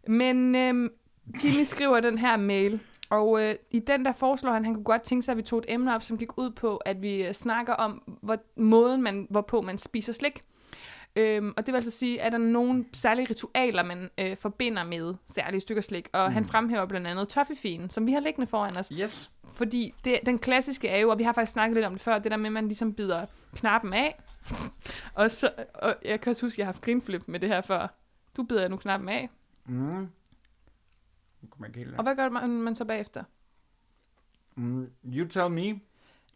S1: Men øhm, Jimmy skriver den her mail, og øh, i den der foreslår han, han kunne godt tænke sig, at vi tog et emne op, som gik ud på, at vi øh, snakker om hvor, måden, man, hvorpå man spiser slik. Øhm, og det vil altså sige, er der nogle særlige ritualer, man øh, forbinder med særlige stykker slik? Og mm. han fremhæver blandt andet toffifeen, som vi har liggende foran os.
S2: Yes.
S1: Fordi det, den klassiske er jo, og vi har faktisk snakket lidt om det før, det der med, at man ligesom bider knappen af. og, så, og jeg kan også huske, at jeg har haft grinflip med det her før. Du bider nu knappen af.
S2: Mm. Nu kommer jeg ikke helt af.
S1: Og hvad gør man, man så bagefter?
S2: Mm. You tell me.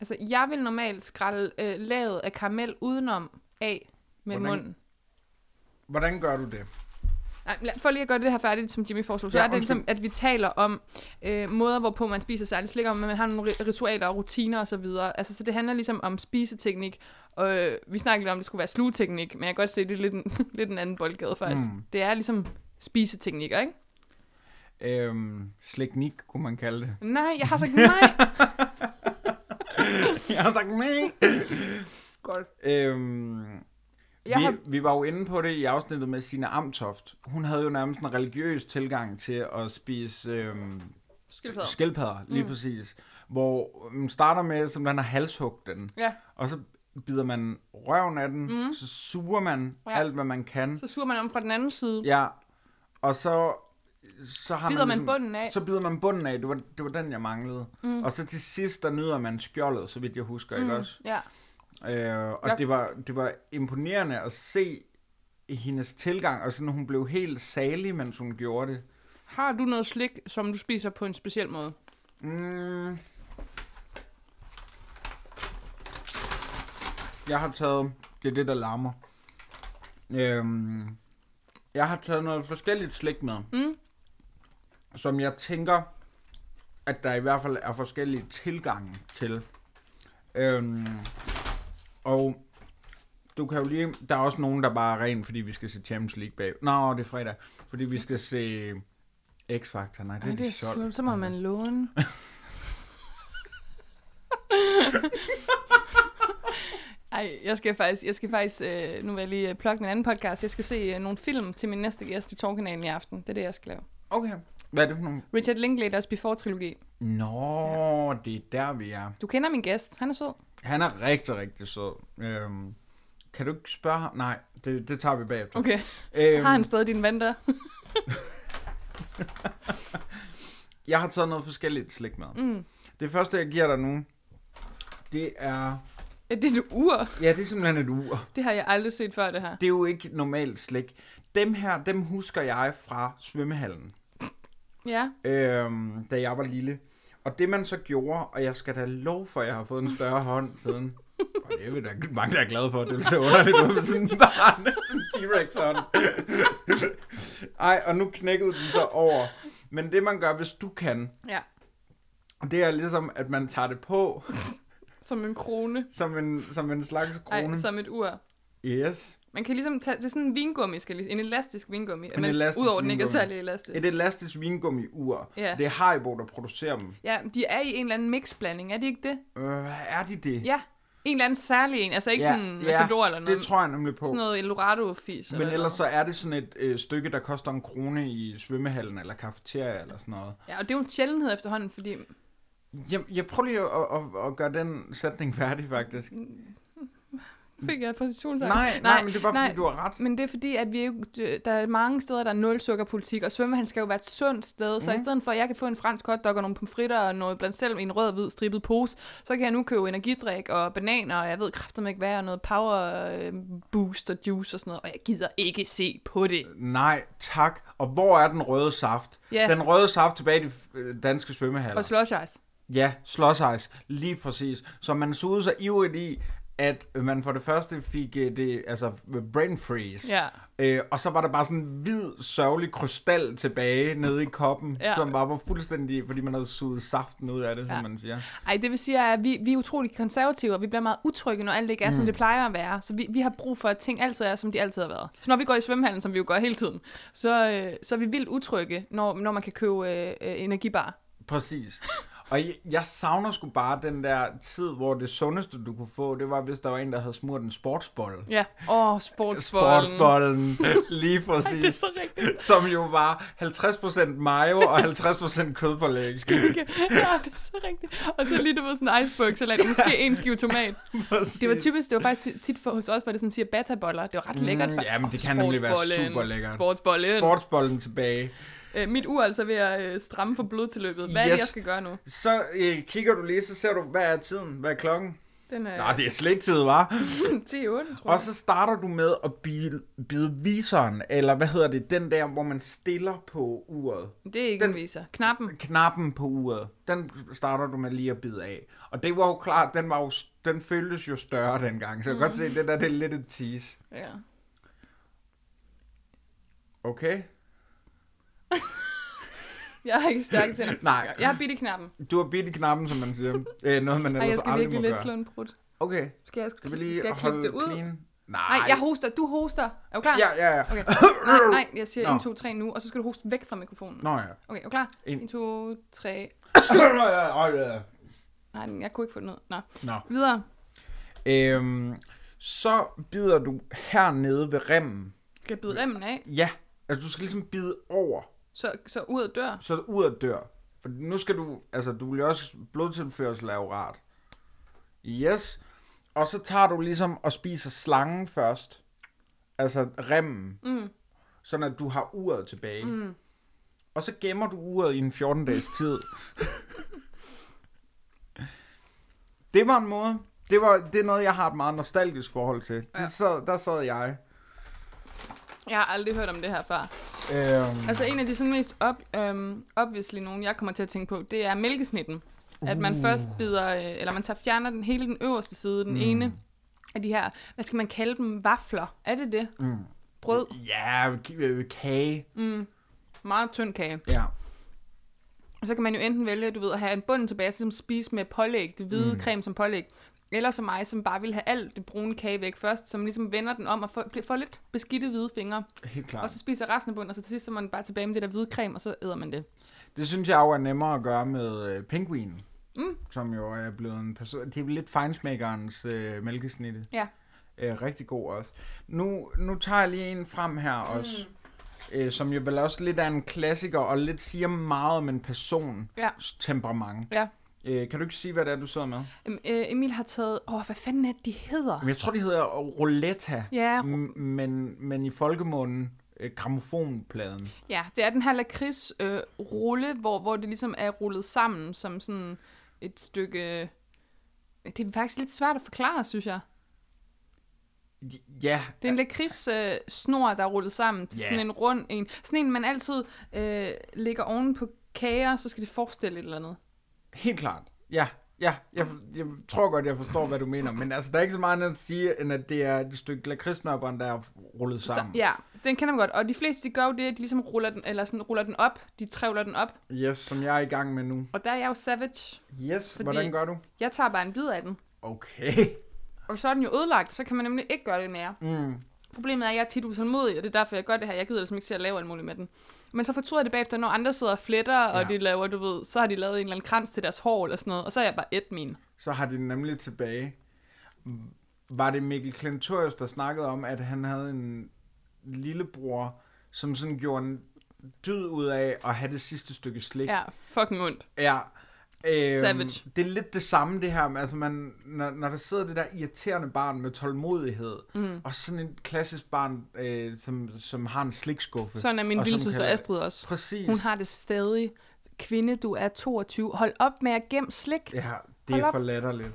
S1: Altså, jeg vil normalt skrælle øh, laget af karamel udenom af med
S2: Hvordan-
S1: Hvordan? munden.
S2: Hvordan gør du det?
S1: Nej, lad- for lige at gøre det her færdigt, som Jimmy foreslog, så
S2: Ja,
S1: ja, er det
S2: undskyld.
S1: ligesom, at vi taler om øh, måder, hvorpå man spiser særligt slik, og man har nogle ri- ritualer og rutiner osv. Altså, så det handler ligesom om spiseteknik, og øh, vi snakkede lidt om, at det skulle være slugeteknik, men jeg kan godt se, at det er lidt en, lidt en anden boldgade faktisk.
S2: Mm.
S1: Mm. Det er ligesom spiseteknikker, ikke?
S2: Øhm, sliknik, kunne man kalde det.
S1: Nej, jeg har sagt nej.
S2: Jeg har sagt nej.
S1: Godt.
S2: Øhm, vi,
S1: Jeg
S2: har...
S1: har-
S2: vi var jo inde på det i afsnittet med Sina Amtoft. Hun havde jo nærmest en religiøs tilgang til at spise øhm,
S1: Skildpadder.
S2: skildpadder, lige mm. præcis. Hvor man starter med, som den har halshugget den.
S1: Ja,
S2: Og så bider man røven af den, mm. så suger man ja.
S1: Ja.
S2: alt, hvad man kan.
S1: så suger man om fra den anden side. Ja.
S2: Ja, og så, så har
S1: Bider
S2: man,
S1: man
S2: ligesom,
S1: bunden af.
S2: Så bider man bunden af, det var, det var den, jeg manglede. Mm. Og så til sidst, der nyder man skjoldet, så vidt jeg husker, mm. ikke også?
S1: ja.
S2: Øh, og ja.
S1: Ja.
S2: det, var, det var imponerende at se hendes tilgang, og sådan hun blev helt salig, mens hun gjorde det.
S1: Har du noget slik, som du spiser på en speciel måde?
S2: Mm. Jeg har taget, det er det, der larmer. Øhm, jeg har taget noget forskelligt slik med, mm. som jeg tænker, at der i hvert fald er forskellige tilgange til. Øhm, og du kan jo lige, der er også nogen, der bare er ren, fordi vi skal se Champions League bag. Nå, det er fredag, fordi vi skal se X-Factor. Nej, det,
S1: Ej,
S2: er
S1: det
S2: de
S1: er
S2: solgt.
S1: slemt. Så må man låne. Ej, jeg skal faktisk, jeg skal faktisk øh, nu vil jeg lige øh, plukke en anden podcast. Jeg skal se øh, nogle film til min næste gæst i Torkanalen i aften. Det er det, jeg skal lave.
S2: Okay. Hvad er det for nogle?
S1: Richard Linklaters Before-trilogi.
S2: Nå, det er der, vi er.
S1: Du kender min gæst. Han er sød.
S2: Han er rigtig, rigtig sød. Øhm, kan du ikke spørge ham? Nej, det, det tager vi bagefter.
S1: Okay.
S2: Øhm,
S1: Har han stadig din vand der?
S2: Jeg har taget noget forskelligt slik med. Mm. Det første, jeg giver dig nu, det er...
S1: Er det et ur?
S2: Ja, det er simpelthen et ur.
S1: Det har jeg aldrig set før, det her.
S2: Det er jo ikke normalt slik. Dem her, dem husker jeg fra svømmehallen,
S1: Ja.
S2: øhm, da jeg var lille. Og det man så gjorde, og jeg skal da lov for, at jeg har fået en større hånd siden. Og det er vi da mange, der er glade for. Det vil se underligt ud med sådan en barn. Sådan en T-Rex hånd. Ej, og nu knækkede den så over. Men det man gør, hvis du kan,
S1: Ja.
S2: det er ligesom, at man tager det på
S1: Som en krone.
S2: som en, som en slags krone.
S1: Ej, som et ur.
S2: Yes.
S1: Man kan ligesom tage, det er sådan en vingummi, skal jeg lige, en elastisk vingummi.
S2: En
S1: men
S2: elastisk
S1: udover den ikke er
S2: vingummi.
S1: særlig elastisk.
S2: Et elastisk vingummi-ur.
S1: Ja.
S2: Det er Haribo, der producerer dem.
S1: Ja, de er i en eller anden mixblanding, er det ikke det?
S2: Øh, er de det?
S1: Ja, en eller anden særlig en, altså ikke ja, sådan Matador eller noget.
S2: det tror jeg nemlig på.
S1: Sådan noget Eldorado-fis.
S2: Men
S1: eller
S2: ellers så
S1: noget.
S2: er det sådan et øh, stykke, der koster en krone i svømmehallen eller kafeteria eller sådan noget.
S1: Ja, og det er jo en sjældenhed efterhånden, fordi...
S2: Jeg, jeg prøver lige at, at, at gøre den sætning færdig, faktisk. Nej,
S1: Fik jeg præcisionsangst?
S2: nej, nej, men det er bare,
S1: Mm, nej.
S2: fordi du har ret.
S1: Men det er fordi, at vi jo, der er mange steder, der er nul sukkerpolitik, og svømmehallen skal jo være et sundt sted.
S2: Mhm.
S1: Så i stedet for, at jeg kan få en fransk hotdog og nogle pomfritter og noget blandt selv i en rød-hvid strippet pose, så kan jeg nu købe energidrik og bananer, og jeg ved kraftedeme ikke hvad, og noget power øh, boost og juice og sådan noget, og jeg gider ikke se på det.
S2: Øh, Nej, tak. Og hvor er den røde saft?
S1: Ja.
S2: Den røde saft tilbage i de øh, danske svømmehaller.
S1: Og slush ice.
S2: Ja, slåsejs, lige præcis. Så man sugede sig ivrigt i, at man for det første fik øh, det, altså brain freeze.
S1: Ja.
S2: Øh, og så var der bare sådan en hvid, sørgelig krystal tilbage nede i koppen, ja.
S1: Ja.
S2: som bare var fuldstændig, fordi man havde suget saften ud af det, ja. som
S1: Ja.
S2: man siger.
S1: Ej, det vil sige, at vi, vi er utrolig konservative, og vi bliver meget utrygge, når alt ikke er, mm. som det plejer at være. Så vi, vi har brug for, at ting altid er, som de altid har været. Så når vi går i svømmehallen, som vi jo gør hele tiden, så, øh, så er vi vildt utrygge, når, når man kan købe øh, øh, energibar.
S2: Præcis. Og jeg, jeg savner sgu bare den der tid, hvor det sundeste, du kunne få, det var, hvis der var en, der havde smurt en sportsbold.
S1: Ja, åh, oh, sportsbollen.
S2: Sportsbollen, lige præcis.
S1: Det er så rigtigt.
S2: Som jo var 50% mayo og 50% kødpålæg.
S1: Ikke? Ja, det er så rigtigt. Og så lige det var sådan en iceberg-salat, måske en skive tomat. Det var typisk, det var faktisk tit- tit for hos os, hvor det sådan siger bataboller. Det var ret lækkert.
S2: Mm, jamen, det kan nemlig være
S1: sportsbollen,
S2: super lækkert.
S1: Sportsbollen. Sport.
S2: Sportsbollen tilbage.
S1: Øh, mit ur er altså ved at øh, stramme for blodtilløbet. Hvad yes. er
S2: Yes.
S1: det, jeg skal gøre nu?
S2: Så øh, kigger du lige, så ser du, hvad er tiden? Hvad er klokken?
S1: Den er
S2: Nå, det er sliktid, var.
S1: 10 8, tror jeg.
S2: Og så starter du med at bide, bide viseren, eller hvad hedder det, den der, hvor man stiller på uret.
S1: Det er ikke
S2: den-
S1: den... en viser. Knappen.
S2: Knappen på uret, den starter du med lige at bide af. Og det var jo klart, den, var jo, den føltes jo større dengang, så jeg kan
S1: Mm.
S2: godt se, at det der det er lidt et tease.
S1: Ja.
S2: Okay?
S1: Jeg har ikke stærke tænder.
S2: Nej.
S1: Jeg har bidt i knappen.
S2: Du har bidt i knappen, som man siger. Æ, noget, man
S1: Ej,
S2: ellers
S1: jeg skal
S2: aldrig må
S1: virkelig lidt slå
S2: gøre.
S1: en brud.
S2: Okay,
S1: Skal jeg,
S2: skal vi
S1: skal
S2: lige
S1: jeg klippe
S2: holde
S1: det ud?
S2: clean? Nej.
S1: Nej, jeg hoster. Du hoster. Er du klar?
S2: Ja, ja, ja.
S1: Okay. Nej, nej, jeg
S2: Nå.
S1: siger 1, 2, 3 nu, og så skal du hoste væk fra mikrofonen.
S2: Nå ja.
S1: Okay, er du klar?
S2: En.
S1: 1, 2, 3.
S2: Nå, ja, ja, ja.
S1: Nej, den- jeg kunne ikke få den ned. Nå.
S2: Nå.
S1: Videre.
S2: Øhm, så bider du hernede ved remmen.
S1: Skal jeg bide remmen af,
S2: Ja, altså du skal ligesom bide over,
S1: så, så uret dør.
S2: så ud af dør. For nu skal du, altså du vil jo også, blodtilførsel er jo rart. Yes. Og så tager du ligesom og spiser slangen først. Altså remmen.
S1: Mm.
S2: Sådan at du har uret tilbage. Mm. Og så gemmer du uret i en 14-dages tid. det var en måde. Det, var, det er noget, jeg har et meget nostalgisk forhold til. Ja. Det sad, der sad jeg.
S1: Jeg har aldrig hørt om det her før.
S2: Øhm,
S1: Altså en af de sådan mest op, øhm, obviously nogen, jeg kommer til at tænke på, det er mælkesnitten. At man først bider, øh, eller man tager, fjerner den hele den øverste side, den mm. ene af de her, hvad skal man kalde dem, vafler. Er det det? Mm. Brød,
S2: ja, k- øh, kage.
S1: meget tynd kage.
S2: Ja.
S1: Og så kan man jo enten vælge, du ved, at have en bunden tilbage, så ligesom spise med pålæg, det hvide mm. creme som pålæg. Eller som mig, som bare vil have alt det brune kage væk først, som ligesom vender den om og får, bliver- får lidt beskidte hvide fingre.
S2: Helt klart.
S1: Og så spiser resten af bunden, og så til sidst så er man bare tilbage med det der hvide creme, og så æder man det.
S2: Det synes jeg jo er nemmere at gøre med øh, penguinen, mm. som jo er blevet en person... Det er lidt fejnsmækkerens øh, mælkesnitte.
S1: Ja.
S2: Øh, rigtig god også. Nu, nu tager jeg lige en frem her
S1: Mm.
S2: også, øh, som jo vel også lidt er en klassiker, og lidt siger meget om en persons
S1: Ja.
S2: temperament.
S1: Ja.
S2: Øh, kan du ikke sige, hvad det er, du sidder med?
S1: Øhm, øh, Emil har taget... Åh, oh, hvad fanden er det, de hedder?
S2: Men Jeg tror, det hedder rouletta,
S1: Ja,
S2: m- men, men i folkemunden øh, gramofonpladen.
S1: ja det er den her lakrids-rulle, øh, rulle, hvor, hvor det ligesom er rullet sammen som sådan et stykke... øh, Det er faktisk lidt svært at forklare, synes jeg.
S2: Ja,
S1: Det er en lakrids-snor, øh, snor, der er rullet sammen til
S2: Ja.
S1: sådan en rund en. Sådan en, man altid øh, lægger oven på kager, så skal det forestille et eller andet.
S2: Helt klart. Ja, ja. Jeg, jeg tror godt, jeg forstår, hvad du mener. Men altså, der er ikke så meget andet at sige, end at det er et stykke lakridsnørbånd, der er rullet sammen.
S1: Så, ja, den kender man godt. Og de fleste, de gør jo det, at de ligesom ruller den, eller sådan, ruller den op. De trævler den op.
S2: Yes, som jeg er i gang med nu.
S1: Og der er jeg jo savage.
S2: Yes,
S1: Fordi-
S2: Fordi... hvordan gør du?
S1: Jeg tager bare en bid af den.
S2: Okay.
S1: Og så er den jo ødelagt, så kan man nemlig ikke gøre det mere.
S2: Mm.
S1: Problemet er, at jeg er tit utålmodig, og det er derfor, jeg gør det her. Jeg gider ligesom ikke til at lave alt muligt med den. Men så fortryder jeg det bagefter, når andre sidder og fletter, ja.
S2: Ja.
S1: og de laver, du ved, så har de lavet en eller anden krans til deres hår eller sådan noget, og så er jeg bare et min.
S2: Så har de den nemlig tilbage. Var det Mikkel Klentorius, der snakkede om, at han havde en lillebror, som sådan gjorde en dyd ud af at have det sidste stykke slik?
S1: Ja, fucking ondt.
S2: Ja. Øhm,
S1: Savage.
S2: Det er lidt det samme, det her. med, Altså, man, når, når der sidder det der irriterende barn med tålmodighed, mm. og sådan et klassisk barn, øh, som, som har en slikskuffe.
S1: Sådan er min
S2: og som
S1: lille søster
S2: kan-
S1: Astrid også.
S2: Præcis.
S1: Hun har det stadig. Kvinde, du er 22. Hold op med at gemme slik.
S2: Ja, det
S1: Hold
S2: er
S1: op.
S2: for latterligt.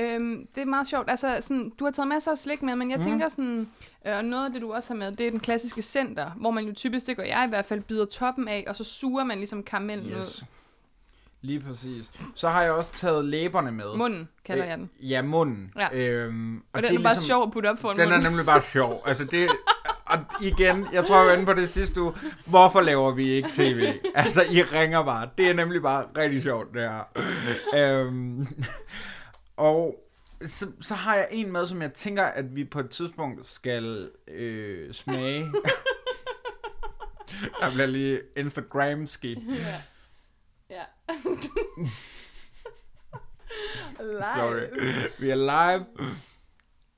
S1: Øhm, det er meget sjovt. Altså, sådan, du har taget masser af slik med,
S2: Mhm.
S1: men jeg mm. tænker sådan, øh, og noget af det, du også har med, det er den klassiske center, hvor man jo typisk, det gør jeg i hvert fald, bider toppen af, og så suger man ligesom karamellen yes.
S2: Yes. Lige præcis. Så har jeg også taget læberne med.
S1: ud. Munden, kalder jeg den.
S2: Ja, munden.
S1: Ja.
S2: Øhm, Øh, og,
S1: Og den er, er bare sjov at putte op foran
S2: Den
S1: munden.
S2: er nemlig bare sjov. Altså det, og igen, jeg tror, jeg var inde på det sidste uge. Hvorfor laver vi ikke tv? Altså, I ringer bare. Det er nemlig bare rigtig sjovt, det her. Øhm, og så, så har jeg en med, som jeg tænker, at vi på et tidspunkt skal øh, smage. jeg bliver lige Instagram-ski.
S1: Ja.
S2: Sorry.
S1: Live.
S2: Vi er live.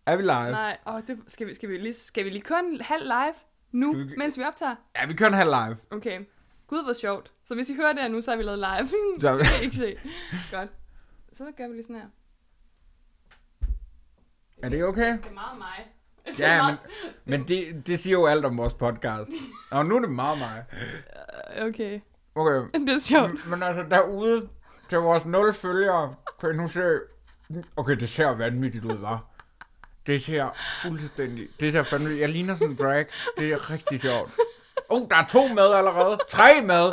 S2: Er vi live?
S1: Nej, åh, det skal vi, skal vi lige, skal vi lige køre en halv live nu,
S2: Skal vi-
S1: vi... mens vi optager?
S2: Ja, vi kører en halv live.
S1: Okay. Gud, hvor sjovt. Så hvis I hører det her nu, så har vi lavet live. det
S2: Så-
S1: kan I ikke se. Godt. Så gør vi lige sådan her.
S2: Er det okay?
S1: Det er meget mig.
S2: Ja, men, men det, det siger jo alt om vores podcast. Og nu er det meget mig.
S1: Okay,
S2: Okay.
S1: det er sjovt.
S2: Men- Men altså, derude til vores nul følgere, kan I nu se... Okay, det ser vanvittigt ud, var. Det ser fuldstændig... Det ser fandme... Jeg ligner sådan en drag. Det er rigtig sjovt. Oh, der er to med allerede. Tre med.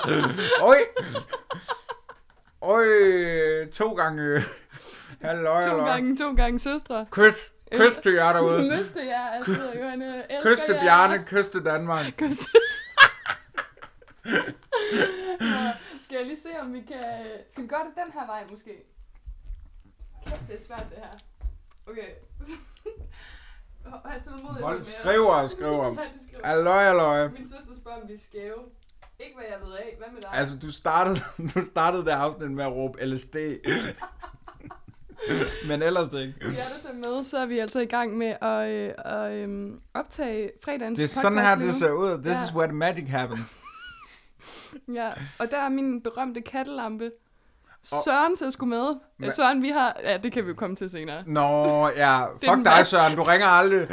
S2: Oj. Oj. To gange... Halløj,
S1: To
S2: halløj.
S1: gange, to gange søstre.
S2: Kys. Kys til jer derude.
S1: Møste jer, altså, Johanne. Elsker
S2: Kys til
S1: jer.
S2: Bjarne. Kys til Danmark.
S1: Kys til... Nå, skal jeg lige se, om vi kan... Skal vi gøre det den her vej, måske? Kæft, det er svært, det her. Okay. Hav tålmodighed med
S2: Folk
S1: os.
S2: skriver og skriver. Altså-
S1: Ja, de skriver.
S2: Halløj, halløj.
S1: Min søster spørger, om vi er skæve. Ikke hvad jeg ved af. Hvad med dig?
S2: Altså, du startede, du startede det afsnit med at råbe LSD. Men ellers ikke.
S1: Hvis I er der så med, så er vi altså i gang med at, øh, at øh, optage fredagens
S2: Det er
S1: podcast
S2: sådan her,
S1: lige
S2: det
S1: nu.
S2: ser ud. This
S1: Ja.
S2: is where the magic happens.
S1: Ja, og der er min berømte kattelampe. Søren så skulle med.
S2: Hva-
S1: Hva? Søren, vi har... Ja, det kan vi jo komme til senere.
S2: Nå, ja.
S1: Det er
S2: Fuck
S1: den
S2: dig,
S1: værste.
S2: Søren. Du ringer aldrig.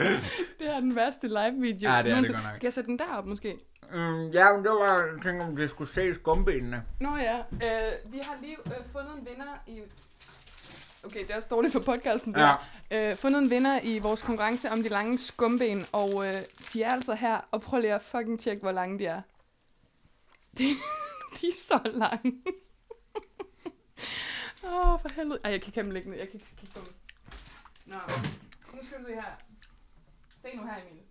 S1: Det er den værste live-video.
S2: Ja, det er det
S1: nogensinde.
S2: godt nok.
S1: Skal jeg sætte den der op, måske?
S2: Mm, ja, men det var jeg tænkte, om det skulle se skumbenene.
S1: Nå ja, øh, vi har lige øh, fundet en vinder i... Okay, det er også dårligt for podcasten. det
S2: Ja.
S1: her. Øh, fundet en vinder i vores konkurrence om de lange skumben, og øh, de er altså her, og prøv lige at fucking tjekke, hvor lange de er. De, de er så lange. Åh, oh, for helvede. Ej, jeg kan kæmpe lægge ned. Jeg kan ikke kigge på dem. Nå, nu skal du se her. Se nu her, Emil.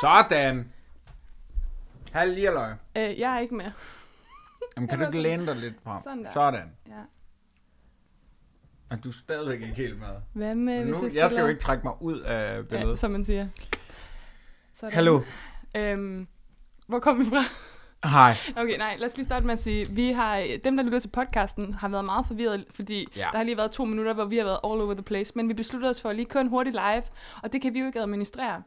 S2: Sådan. Hallihaløj.
S1: Øh, jeg er ikke med.
S2: Jamen, kan du ikke læne dig lidt frem?
S1: Sådan der.
S2: Sådan.
S1: Ja.
S2: Og du er stadigvæk ikke helt med.
S1: Hvad med,
S2: Men
S1: hvis
S2: Nu,
S1: jeg,
S2: Øh, jeg skal
S1: stiller-
S2: jo ikke trække mig ud af
S1: Ja,
S2: billedet.
S1: som man siger. Sådan.
S2: Hallo.
S1: Øhm, hvor kom vi fra?
S2: Hej.
S1: Okay, nej, lad os lige starte med at sige, vi har, dem, der lytter til podcasten, har været meget forvirret, fordi
S2: Ja.
S1: ja. der har lige været to minutter, hvor vi har været all over the place, men vi besluttede os for at lige køre en hurtig live, og det kan vi jo ikke administrere.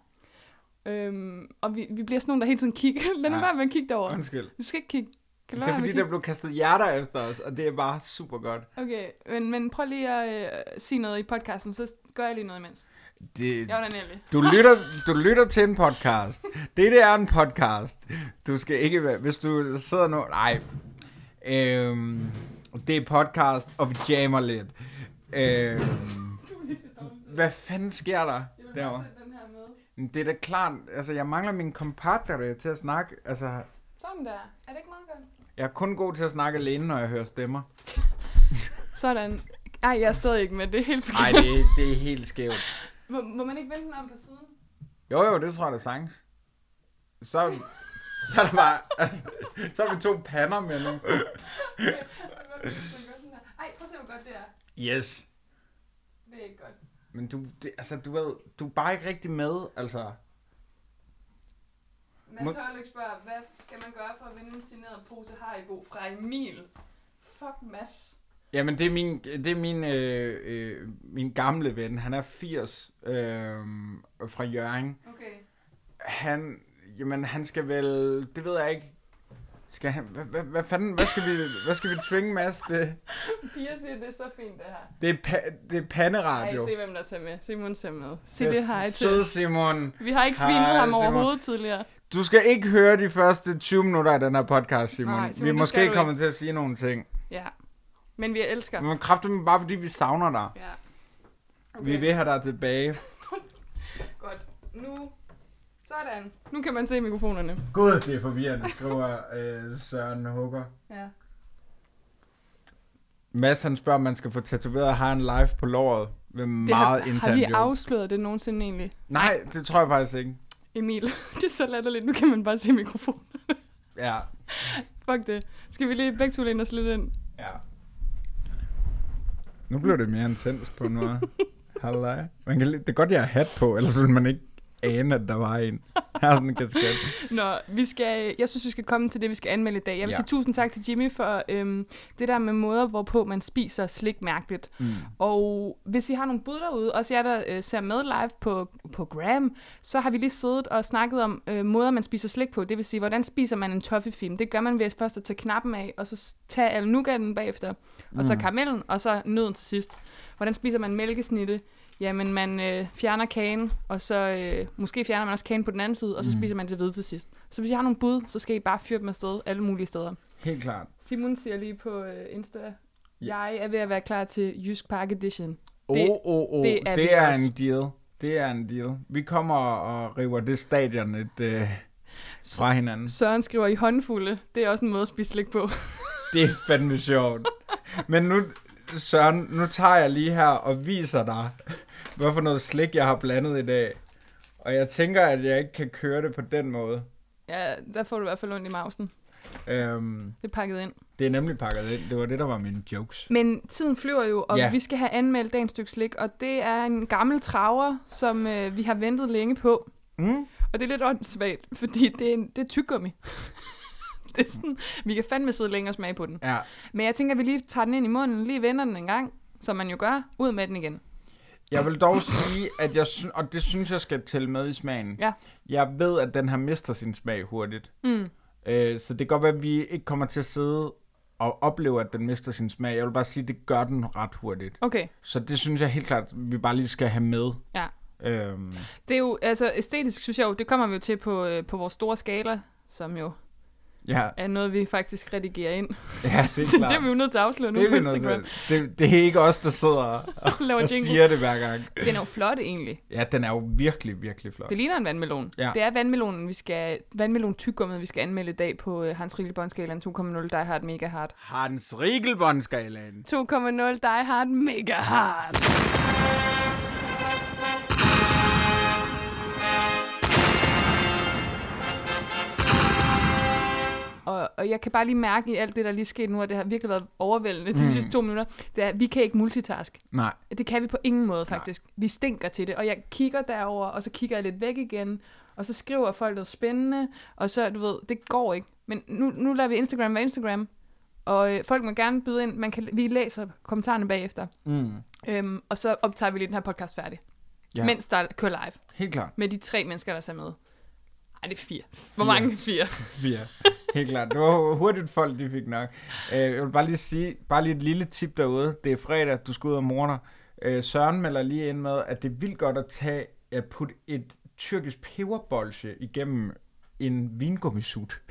S1: Øhm, og vi, vi bliver sådan nogen, der hele tiden kigger. Lad nu
S2: Ja.
S1: være med at kigge derover.
S2: Undskyld.
S1: Du skal ikke kigge. Kan du
S2: Det
S1: lade
S2: er
S1: være med
S2: fordi,
S1: at
S2: der
S1: kigge?
S2: blev kastet hjerter efter os, og det er bare super godt.
S1: Okay, men, men prøv lige at øh, sige noget i podcasten, så gør jeg lige noget imens.
S2: Det,
S1: Jeg var da nærlig.
S2: Du lytter, du lytter til en podcast. Det der er en podcast. Du skal ikke være... Hvis du sidder nu... Nej. Øhm, det er podcast, og vi jammer lidt. Øhm, hvad fanden sker der derovre?
S1: den her med.
S2: Men Det er da klart... Altså, jeg mangler min kompartere til at snakke. Altså,
S1: Sådan der. Er det ikke meget godt?
S2: jeg er kun god til at snakke alene, når jeg hører stemmer.
S1: Sådan. Ej, jeg er stadig ikke med. Det er helt
S2: Nej,
S1: forkert.
S2: det, er- det er helt skævt.
S1: Må, må man ikke vende den om på siden?
S2: Jo, jo, det tror jeg, der er sangs. Så, så er der bare... Altså, så er vi to pander med nu.
S1: Ej, prøv at se, hvor godt det er.
S2: Yes.
S1: Det er ikke godt.
S2: Men du, det, altså, du ved, du er bare ikke rigtig med, altså.
S1: Mads
S2: Må-
S1: Hørlyk spørger, hvad skal man gøre for at vinde en signeret pose Haribo fra Emil? Fuck Mads.
S2: Jamen, det er min, det er min, øh, øh, min gamle ven, han er 80, øh, fra Jørgen.
S1: Okay.
S2: Han, jamen, han skal vel, det ved jeg ikke. Skal han, hvad, hvad, hvad fanden, hvad skal vi, hvad skal vi tvinge Mads? Det,
S1: Pia siger, det er så fint, det her.
S2: det, er, pa, det er
S1: Ej,
S2: panderadio.
S1: se hvem der ser med. Simon ser med. Sig det hej
S2: Sød
S1: til.
S2: Simon.
S1: Vi har ikke svinet
S2: Hej,
S1: ham
S2: Simon.
S1: overhovedet tidligere.
S2: Du skal ikke høre de første 20 minutter af den her podcast, Simon.
S1: Nej, Simon,
S2: vi er
S1: det skal
S2: måske
S1: du
S2: kommet til at sige nogle ting.
S1: Ja. Men vi elsker.
S2: Men kraftigt bare fordi vi savner dig.
S1: Ja.
S2: Okay. Vi vil have dig tilbage.
S1: Godt. Nu. Sådan. Nu kan man se mikrofonerne.
S2: Gud, det er forvirrende, skriver øh, Søren Hugger.
S1: Ja.
S2: Mads han spørger, om man skal få tatoveret og har en live på låret. Det er
S1: Det
S2: meget
S1: har, har
S2: internt
S1: vi
S2: joke.
S1: afsløret det nogensinde egentlig?
S2: Nej, det tror jeg faktisk ikke.
S1: Emil, det er så latterligt. Nu kan man bare se mikrofonen.
S2: Ja.
S1: Fuck det. Skal vi lige begge to læne os lidt ind?
S2: ja. Nu blev det mere intens på en måde. Halløj. Man kan, li- det er godt, jeg har hat på, ellers ville man ikke ane, at der var en. har sådan en kasket.
S1: Nå, vi skal, jeg synes, vi skal komme til det, vi skal anmelde i dag. Jeg vil
S2: Ja.
S1: ja. sige tusind tak til Jimmy for øhm, det der med måder, hvorpå man spiser slik mærkeligt. Mm. Og hvis I har nogle bud derude, også jer, der øh, ser med live på, på Gram, så har vi lige siddet og snakket om øh, måder, man spiser slik på. Det vil sige, hvordan spiser man en toffifilm? Det gør man ved først at tage knappen af, og så s- tage al nougatten bagefter, og så karamellen, og så nøden til sidst. Hvordan spiser man mælkesnitte? Jamen, man øh, fjerner kagen, og så øh, måske fjerner man også kagen på den anden side, og så mm. spiser man det hvide til sidst. Så hvis I har nogle bud, så skal I bare fyre dem afsted alle mulige steder.
S2: Helt klart.
S1: Simon siger lige på øh, Insta, jeg er ved at være klar til Jysk Park Edition.
S2: Oh,
S1: Det-
S2: oh, oh.
S1: det er vi
S2: det er
S1: også.
S2: en deal. Det er en deal. Vi kommer og river det stadion et, øh, fra hinanden.
S1: Søren skriver i håndfulde. Det er også en måde at spise slik på.
S2: Det er fandme sjovt. Men nu, Søren, nu tager jeg lige her og viser dig, hvorfor noget slik, jeg har blandet i dag. Og jeg tænker, at jeg ikke kan køre det på den måde.
S1: ja, der får du i hvert fald ondt i mausen.
S2: Øhm,
S1: Det er pakket ind.
S2: det er nemlig pakket ind. Det var det, der var mine jokes.
S1: Men tiden flyver jo, og
S2: Ja.
S1: ja. vi skal have anmeldt dagens stykke slik, og det er en gammel traver, som øh, vi har ventet længe på.
S2: Mm?
S1: Og det er lidt åndssvagt, fordi det er, en, det er tyggegummi. det er sådan, vi kan fandme sidde længe og smage på den.
S2: Ja.
S1: Men jeg tænker, at vi lige tager den ind i munden, lige vender den en gang, som man jo gør, ud med den igen.
S2: Jeg vil dog sige, at jeg sy- og det synes jeg skal tælle med i smagen.
S1: Ja.
S2: Jeg ved, at den her mister sin smag hurtigt.
S1: Mm.
S2: Øh, så det kan godt være, at vi ikke kommer til at sidde og opleve, at den mister sin smag. Jeg vil bare sige, at det gør den ret hurtigt.
S1: Okay,
S2: Så det synes jeg helt klart, vi bare lige skal have med.
S1: ja.
S2: Øhm,
S1: Det er jo, altså æstetisk synes jeg jo, det kommer vi jo til på, øh, på vores store skala, som jo
S2: ja,
S1: er noget, vi faktisk redigerer ind.
S2: ja, det er
S1: Det,
S2: klart.
S1: det er vi jo nødt til at afsløre nu
S2: det er
S1: på
S2: vi nødt
S1: Instagram.
S2: til. Det, det er ikke os, der sidder og,
S1: Laver
S2: og
S1: jingle.
S2: siger det hver gang.
S1: Den er jo flot egentlig.
S2: Ja, den er jo virkelig, virkelig flot.
S1: Det ligner en vandmelon.
S2: Ja.
S1: Det er vandmelonen, vi skal, vandmelon tyggummet, vi skal anmelde i dag på øh, Hans Riegel Båndskalaen 2.0 Die Hard Mega Hard.
S2: Hans Riegelbåndskalaen.
S1: 2.0 Die Hard Mega Hard. Og, og jeg kan bare lige mærke i alt det, der lige skete nu, og det har virkelig været overvældende de sidste to minutter, det er, at vi kan ikke multitask.
S2: Nej,
S1: Det kan vi på ingen måde, faktisk. Nej. Vi stinker til det, og jeg kigger derover, og så kigger jeg lidt væk igen, og så skriver folk noget spændende, og så, du ved, det går ikke. Men nu, nu lader vi Instagram være Instagram, og øh, folk må gerne byde ind. Man kan, vi læser kommentarerne bagefter,
S2: mm,
S1: øhm, og så optager vi lige den her podcast færdig,
S2: Ja.
S1: ja. mens der kører live
S2: helt klart.
S1: med de tre mennesker, der ser med. Ej, det er fire. Hvor mange fire?
S2: fire. Helt klart. Det var hurtigt folk, de fik nok. Øh, Jeg vil bare lige sige, bare lige et lille tip derude. Det er fredag, du skal ud og morner. Øh, Søren melder lige ind med, at det er vildt godt at tage at putte et tyrkisk peberbolse igennem en vingummisut.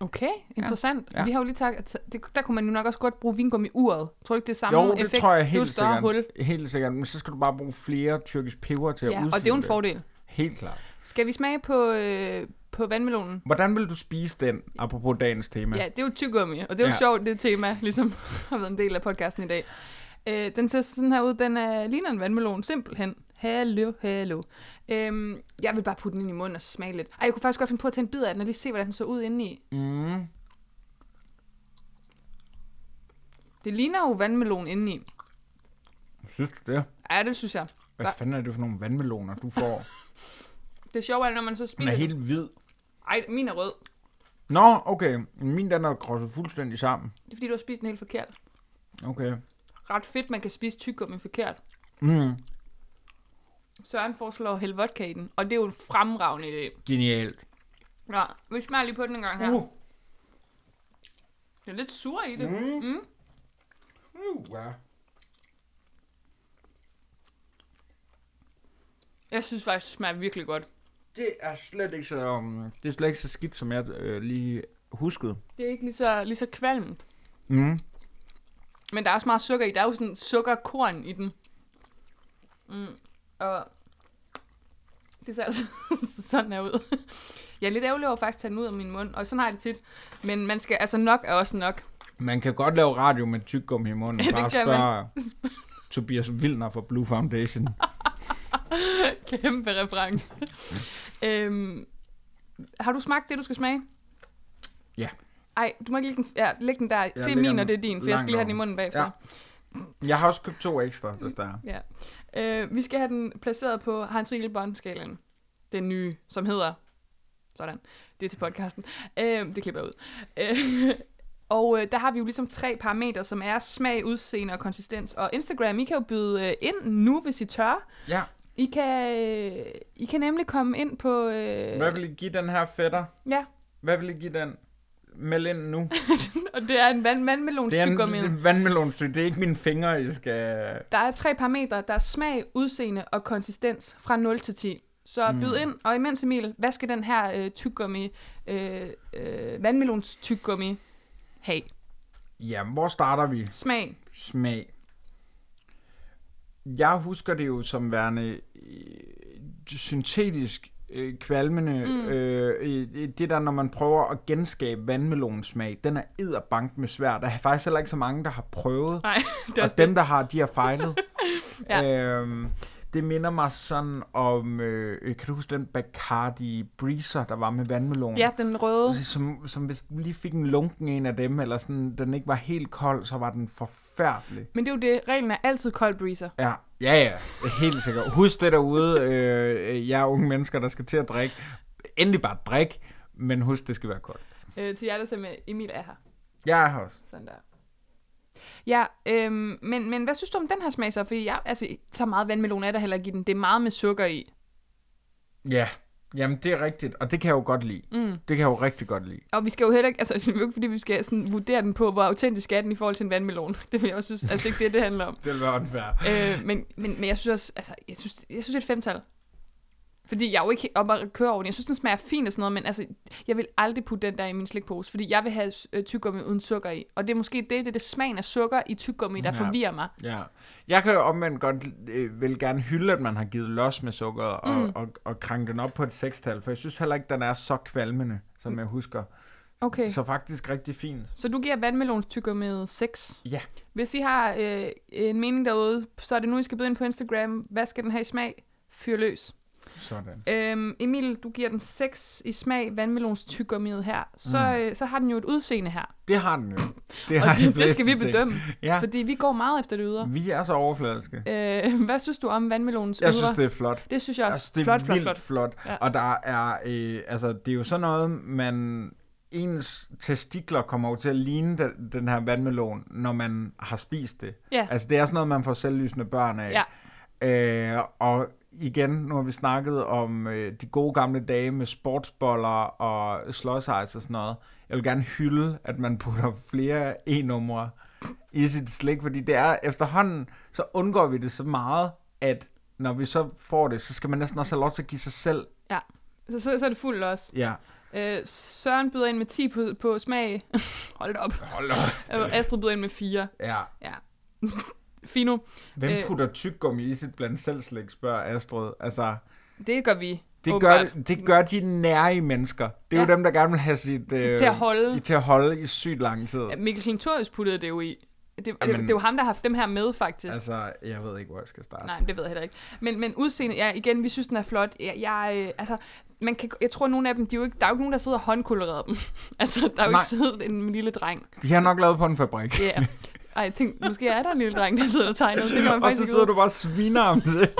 S1: Okay, interessant.
S2: Ja.
S1: Ja. Vi har jo lige taget, det, der kunne man jo nok også godt bruge vingummi-uret. Tror du ikke, det er samme
S2: Jo, det
S1: effekt?
S2: tror jeg
S1: det er jo
S2: helt
S1: et større
S2: sikkert.
S1: hul.
S2: Helt sikkert. Men så skal du bare bruge flere tyrkisk peber til at
S1: Ja,
S2: udfylde
S1: og det er jo en fordel.
S2: Helt klart.
S1: Skal vi smage på, øh, på vandmelonen?
S2: Hvordan vil du spise den, apropos dagens tema?
S1: Ja, det er jo tyggegummi, og det er jo
S2: Ja.
S1: ja. sjovt, det tema ligesom har været en del af podcasten i dag. Øh, den ser sådan her ud, den er, ligner en vandmelon, simpelthen. Hallo, hallo. Øhm, jeg vil bare putte den ind i munden og så smage lidt. Ej, jeg kunne faktisk godt finde på at tage en bid af den og lige se, hvordan den så ud indeni.
S2: Mm.
S1: Det ligner jo vandmelon indeni.
S2: Synes du det?
S1: Ja, det synes jeg.
S2: Hvad
S1: Der-
S2: fanden er det for nogle vandmeloner, du får?
S1: Det sjove er, når man så
S2: Den
S1: spiser
S2: er
S1: den.
S2: helt hvid.
S1: Ej, min er rød.
S2: Nå, okay. Min den er krosset fuldstændig sammen.
S1: Det er fordi, du har spist den helt forkert.
S2: Okay.
S1: Ret fedt, man kan spise tyggegummi forkert.
S2: Mm.
S1: Søren foreslår at hælde vodka i den, og det er jo en fremragende idé.
S2: Genialt.
S1: Nå, vi smager lige på den en gang her.
S2: Uh.
S1: Jeg er lidt sur i det.
S2: Mm.
S1: Mm. Mm.
S2: Uh, ja.
S1: Jeg synes faktisk, det smager virkelig godt.
S2: Det er slet ikke så, um, det er slet ikke så skidt, som jeg øh, lige huskede.
S1: Det er ikke lige så, lige så kvalmt.
S2: Mm.
S1: Men der er også meget sukker i. Der er jo sådan sukkerkorn i den. Mm. Og det ser altså sådan her ud. Jeg er lidt ærgerlig over faktisk at tage den ud af min mund, og sådan har jeg det tit. Men man skal, altså nok er også nok.
S2: Man kan godt lave radio med tyggegummi i munden.
S1: Ja, det
S2: Bare
S1: kan
S2: spørge Tobias Vilner fra Blue Foundation.
S1: Kæmpe reference. øhm, har du smagt det, du skal smage?
S2: Ja.
S1: Ej, du må ikke lægge den, ja, læg den der. det er
S2: lægger
S1: min,
S2: den
S1: og det er din, for jeg skal
S2: langt
S1: lige have den i
S2: over.
S1: munden bagefter.
S2: Ja. Jeg har også købt to ekstra, hvis der er.
S1: Ja. Øh, vi skal have den placeret på Hans Riegel skalaen Den nye, som hedder Sådan. Det er til podcasten. Øh, det klipper jeg ud. Øh, og øh, der har vi jo ligesom tre parametre, som er smag, udseende og konsistens. Og Instagram, I kan jo byde øh, ind nu, hvis I tør.
S2: Ja.
S1: I kan, øh, I kan nemlig komme ind på... Øh,
S2: Hvad vil I give den her fætter?
S1: Ja,
S2: Hvad vil I give den? Meld ind nu.
S1: og det er en vand, vandmelons
S2: Det er en,
S1: tyggegummi.
S2: det er vandmelonstykke. Det er ikke mine fingre, I skal...
S1: Der er tre parametre. Der er smag, udseende og konsistens fra 0 til 10. Så
S2: Hmm.
S1: mm. byd ind, og imens Emil, hvad skal den her øh, tyggegummi, øh, øh, vandmelons tyggegummi have?
S2: Jamen, hvor starter vi?
S1: Smag.
S2: Smag. Jeg husker det jo som værende øh, syntetisk øh, kvalmende. Mm. Øh, øh, det der, når man prøver at genskabe vandmelonsmag, den er edderbank med svær. Der er faktisk heller ikke så mange, der har prøvet.
S1: Nej, det er også
S2: Og dem, der har, de har fejlet.
S1: Ja.
S2: øhm, det minder mig sådan om, øh, øh, kan du huske den Bacardi Breezer, der var med vandmelon?
S1: det. Ja, den røde.
S2: Som, som hvis du lige fik en lunken en af dem, eller sådan, den ikke var helt kold, så var den forfærdelig.
S1: Men det er jo det, reglen er altid cold breezer.
S2: Ja, ja, ja, helt sikkert. Husk det derude, øh, øh, jeg er unge mennesker, der skal til at drikke. Endelig bare drik, men husk, det skal være koldt.
S1: Øh, til jer, der ser med, Emil er her.
S2: Jeg er her også.
S1: Sådan der. Ja, øhm, men, men hvad synes du om den her smag så? Fordi jeg, altså, så meget vandmelon er der heller ikke i den. Det er meget med sukker i.
S2: Ja, jamen det er rigtigt, og det kan jeg jo godt lide. Mm. Det kan jeg jo rigtig godt lide.
S1: Og vi skal jo heller ikke, altså det er jo ikke fordi vi skal sådan, vurdere den på, hvor autentisk er den i forhold til en vandmelon. Det vil jeg også synes, altså ikke det, det handler om.
S2: Det vil være unfair.
S1: Øh, men, men, men jeg synes også, altså jeg synes, jeg synes det er et femtal. Fordi jeg er jo ikke oppe at køre over den. Jeg synes, den smager fint og sådan noget, men altså, jeg vil aldrig putte den der i min slikpose, fordi jeg vil have øh, tyggegummi uden sukker i. Og det er måske det, det, er det smagen af sukker i tyggegummi, der
S2: Ja.
S1: ja. forvirrer mig.
S2: Ja. Jeg kan jo omvendt godt, øh, vil gerne hylde, at man har givet los med sukkeret og, mm. og, og krænke den op på et sekstal, for jeg synes heller ikke, den er så kvalmende, som jeg husker.
S1: Okay. Så,
S2: Så faktisk rigtig fint.
S1: så du giver vandmelons tyggegummi 6.
S2: Ja.
S1: Hvis I har øh, en mening derude, så er det nu, I skal byde ind på Instagram. Hvad skal den have i smag? Fyr løs.
S2: Sådan.
S1: Øhm, Emil, du giver den 6 i smag, vandmelons tyggegummiet her. Så, mm. øh, så har den jo et udseende her,
S2: Det har den jo. Det,
S1: og
S2: de
S1: det, det
S2: fleste
S1: skal vi
S2: ting.
S1: bedømme,
S2: Ja,
S1: ja. fordi vi går meget efter det ydre.
S2: vi er så overfladiske.
S1: Øh, hvad synes du om vandmelons
S2: Jeg
S1: ydre?
S2: synes, det er flot.
S1: det synes jeg også.
S2: Altså, det er
S1: flot, flot, flot.
S2: vildt flot.
S1: Ja.
S2: Og der er, øh, altså, det er jo sådan noget, man ens testikler kommer jo til at ligne den, den her vandmelon, når man har spist det.
S1: Ja.
S2: Altså, det er sådan noget, man får selvlysende børn af. Øh, og igen, nu har vi snakket om øh, de gode gamle dage med sportsboller og slåsejs og sådan noget. Jeg vil gerne hylde, at man putter flere e-numre i sit slik, fordi det er efterhånden, så undgår vi det så meget, at når vi så får det, så skal man næsten også have lov til at give sig selv.
S1: Ja. Så, så, så er det fuldt også.
S2: Ja,
S1: Øh, Søren byder ind med 10 på, på smag. Hold da op.
S2: hold op.
S1: Og Astrid byder ind med 4.
S2: Ja.
S1: Ja. Fino.
S2: Hvem
S1: Øh.
S2: putter tyggegummi i sit blandt selv slik, spørger Astrid. Altså,
S1: Det gør vi.
S2: Det gør,
S1: åbenbart.
S2: det gør de nære mennesker. Det er ja.
S1: Ja.
S2: jo dem, der gerne vil have sit... øh,
S1: Til- til at holde.
S2: I, til at holde i sygt lang tid.
S1: Mikkel Klintorius puttede det jo i. Det, Jamen, det,
S2: Jamen-
S1: det er jo ham, der har haft dem her med, faktisk.
S2: Altså, jeg ved ikke, hvor jeg skal starte.
S1: Nej, men det ved jeg heller ikke. Men, men udseende, ja, igen, vi synes, den er flot. Jeg, jeg, øh, altså, man kan, jeg tror, nogle af dem, de er jo ikke, der er jo ikke nogen, der sidder og håndkolorerer dem. altså, der er jo
S2: Nej.
S1: ikke siddet en lille dreng.
S2: De har nok lavet på en fabrik.
S1: Ja. Yeah. Ej, jeg tænkte, måske er der en lille dreng, der sidder og tegner. Det kan man
S2: Og så
S1: faktisk
S2: sidder du bare og sviner om det.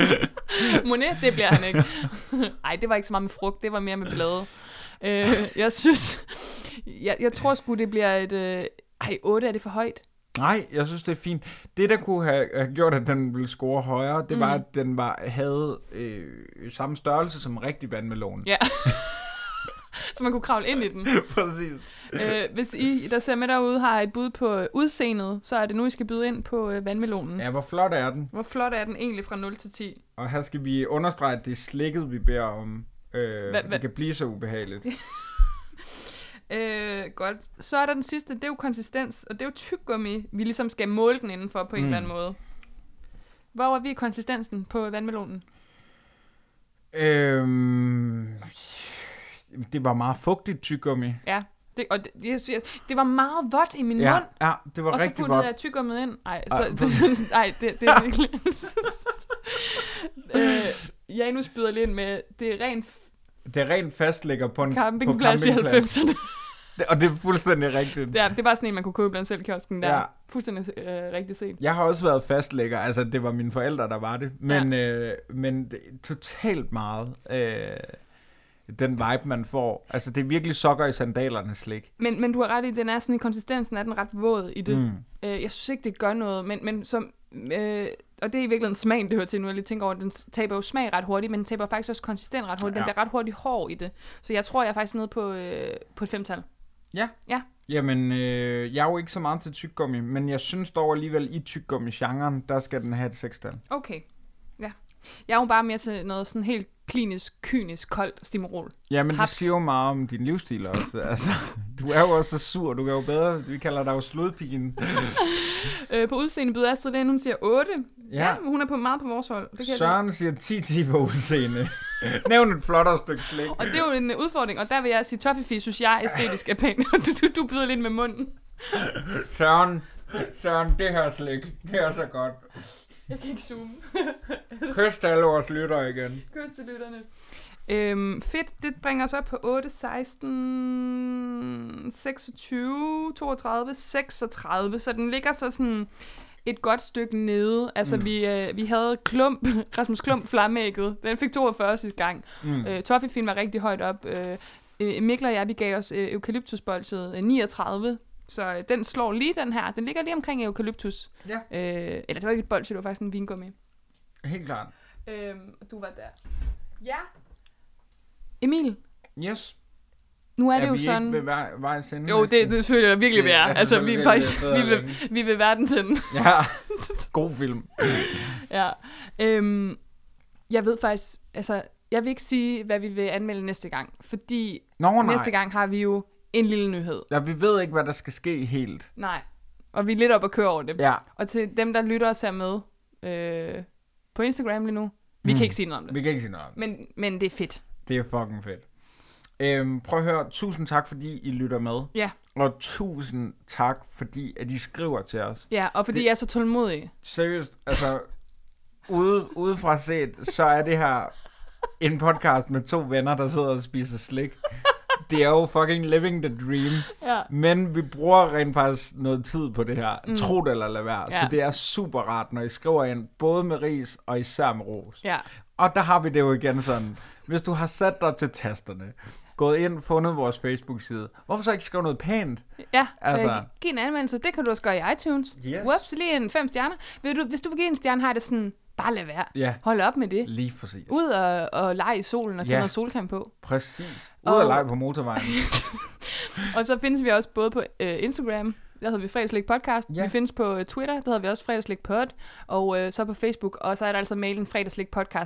S1: Monet, det bliver han ikke. Nej, det var ikke så meget med frugt, det var mere med blade. Øh, jeg synes, jeg, jeg tror sgu, det bliver et... Øh, ej, 8 er det for højt?
S2: Nej, jeg synes, det er fint. Det, der kunne have have gjort, at den ville score højere, det
S1: Mm.
S2: var, at den var, havde øh, samme størrelse som en rigtig vandmelon.
S1: Ja. så man kunne kravle ind i den.
S2: Præcis.
S1: øh, hvis I, der ser med derude, har et bud på øh, udseendet, så er det nu, I skal byde ind på øh, vandmelonen. Ja.
S2: Ja, hvor flot er den.
S1: Hvor flot er den egentlig fra 0 til 10?
S2: Og her skal vi understrege, at det er slikket, vi beder om. Øh,
S1: Hva-
S2: for
S1: hva-
S2: det kan blive så ubehageligt.
S1: Øh, godt. Så er der den sidste, det er jo konsistens, og det er jo tyggegummi, vi ligesom skal måle den indenfor på en mm. eller anden måde. Hvor er vi i konsistensen på vandmelonen?
S2: Øhm, det var meget fugtigt tyggegummi.
S1: Ja, det, og det, jeg, jeg, det var meget vådt i min
S2: Ja,
S1: mund,
S2: ja, det var
S1: og så
S2: rigtig
S1: puttede
S2: godt.
S1: jeg tyggegummet ind. Ej,
S2: Ej,
S1: så, det, ej det, det er virkelig... øh, Janus byder lige ind med, det er rent
S2: Det er rent fastlægger på en
S1: campingplads,
S2: på campingplads.
S1: i 90'erne.
S2: Det- Og det er fuldstændig rigtigt.
S1: Ja, det var sådan en, man kunne købe blandt selv kiosken der.
S2: Ja.
S1: Ja. Fuldstændig øh, rigtig set.
S2: Jeg har også været fastlægger, altså det var mine forældre, der var det, men, ja. øh, men det- totalt meget. Øh, den vibe, man får. Altså, det er virkelig sokker i sandalerne slik.
S1: Men, men du har ret i, den er sådan, i konsistensen er den ret våd i det. Mm. Øh, jeg synes ikke, det gør noget, men, men som... Øh, og det er i virkeligheden smagen, det hører til nu, jeg lige tænker over, den taber jo smag ret hurtigt, men den taber faktisk også konsistens ret hurtigt. Den
S2: Ja.
S1: bliver ret hurtigt hård i det. Så jeg tror, jeg er faktisk nede på, øh, på et femtal.
S2: Ja.
S1: Ja.
S2: Jamen, øh, jeg er jo ikke så meget til tyggegummi, men jeg synes dog alligevel, i tyggegummi-genren, der skal den have et sekstal.
S1: Okay. Ja. Jeg er jo bare mere til noget sådan helt klinisk, kynisk, koldt stimorol.
S2: Ja, men det
S1: Haps.
S2: siger jo meget om din livsstil også. Altså, du er jo også så sur, du er jo bedre. Vi kalder dig jo slodpigen.
S1: Øh, på udseende byder Astrid Lind, hun siger 8. Ja.
S2: Ja.
S1: ja hun er på meget på vores hold. Det kan jeg lide.
S2: Søren siger 10 10 på udseende. Nævn et flottere stykke slik.
S1: Og det er jo en øh, udfordring, og der vil jeg sige, toffefi synes jeg æstetisk er pæn. Du, du, du byder lidt med munden.
S2: Søren, Søren, det her slik, det er så godt.
S1: Jeg kan ikke zoome.
S2: Kys til alle vores lyttere igen.
S1: Kys til lytterne. Øhm, fedt, det bringer os op på 8, 16, 26, 32, 36, så den ligger så sådan et godt stykke nede. Altså, mm. vi, øh, vi havde Klump, Rasmus Klump, flammeægget. Den fik 42 sidste gang. Mm. Øh, Toffifin var rigtig højt op. Øh, øh, Mikkel og jeg, vi gav os øh, eukalyptusbolset øh, 39. Så øh, den slår lige den her. Den ligger lige omkring eukalyptus.
S2: Ja.
S1: Øh, eller det var ikke et bolse, det var faktisk en vingummi.
S2: Helt klart.
S1: Øhm, og du var der. Ja. Emil,
S2: Yes.
S1: nu er,
S2: er
S1: det jo
S2: vi
S1: sådan...
S2: ikke ved vej, vejs ende?
S1: Jo, det, det føler jeg virkelig, vi
S2: Det
S1: er.
S2: er
S1: Altså, vi er
S2: selvfølgelig
S1: faktisk...
S2: lidt bedre
S1: Vi vil, vi vil verden til den.
S2: Ja. God film.
S1: ja. Øhm, jeg ved faktisk... Altså, jeg vil ikke sige, hvad vi vil anmelde næste gang. Fordi
S2: Nå, nej.
S1: næste gang har vi jo en lille nyhed.
S2: Ja, vi ved ikke, hvad der skal ske helt.
S1: Nej. Og vi er lidt op at køre over det.
S2: Ja.
S1: Og til dem, der lytter os her med øh, på Instagram lige nu, vi mm. kan ikke sige noget om det.
S2: Vi kan ikke sige noget om det.
S1: Men, men det er fedt.
S2: Det er fucking fedt. Øhm, prøv at høre, tusind tak, fordi I lytter med.
S1: Ja.
S2: Og tusind tak, fordi at I skriver til os.
S1: Ja, og fordi det... jeg er så tålmodig.
S2: Seriøst, altså, ude, udefra set, så er det her en podcast med to venner, der sidder og spiser slik. Det er jo fucking living the dream.
S1: Ja.
S2: Men vi bruger rent faktisk noget tid på det her. Mm. Tro det eller lad være. Ja.
S1: Ja.
S2: Så det er super rart, når I skriver ind, både med ris og især med ros.
S1: Ja.
S2: Og der har vi det jo igen sådan. Hvis du har sat dig til tasterne, gået ind, fundet vores Facebook-side, hvorfor så ikke skrive noget pænt?
S1: Ja, altså.
S2: Altså-
S1: øh, giv en anmeldelse. Det kan du også gøre i iTunes.
S2: Yes.
S1: Whoops, lige en fem stjerner. Vil du, hvis du vil give en stjerne, har jeg det sådan, bare lad være.
S2: Ja.
S1: Hold op med det.
S2: Lige præcis.
S1: Ud og, og lege i solen og tage
S2: Ja.
S1: noget solcreme på.
S2: Præcis. Ud
S1: Og-
S2: og lege på motorvejen.
S1: Og så findes vi også både på øh, Instagram, der hedder vi Fredagslik Podcast.
S2: Ja.
S1: Vi findes på øh, Twitter, der hedder vi også Fredagslik Pod. Og øh, så på Facebook, og så er der altså mailen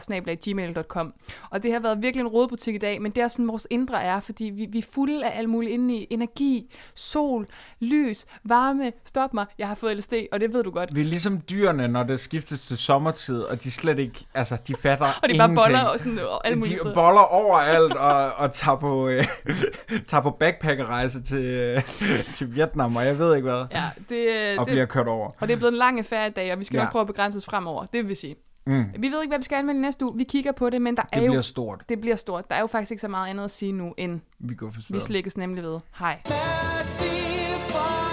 S1: fredagslikpodcast.gmail.com. Og det har været virkelig en rådbutik i dag, men det er sådan, vores indre er, fordi vi, vi er fulde af alt muligt indeni. Energi, sol, lys, varme, stop mig, jeg har fået LSD, og det ved du godt.
S2: Vi er ligesom dyrene, når det skiftes til sommertid, og de slet ikke, altså de fatter
S1: Og det er bare
S2: ingenting.
S1: boller og sådan og alle mulige
S2: De
S1: steder.
S2: boller overalt og, og tager på, øh, tager på backpackerrejse til, øh, til Vietnam, og jeg ved ikke hvad,
S1: Ja, det, øh,
S2: og
S1: det,
S2: bliver kørt over.
S1: og det er blevet en lang affære i dag, og vi skal ja.
S2: Ja.
S1: nok prøve at begrænse os fremover. Det vil vi sige.
S2: Mm.
S1: Vi ved ikke, hvad vi skal anmelde i næste uge. Vi kigger på det, men der er
S2: Det bliver
S1: jo...
S2: stort.
S1: Det bliver stort. Der er jo faktisk ikke så meget andet at sige nu, end
S2: Vi går for
S1: vi
S2: svært.
S1: slikkes nemlig ved. Hej.
S7: Massive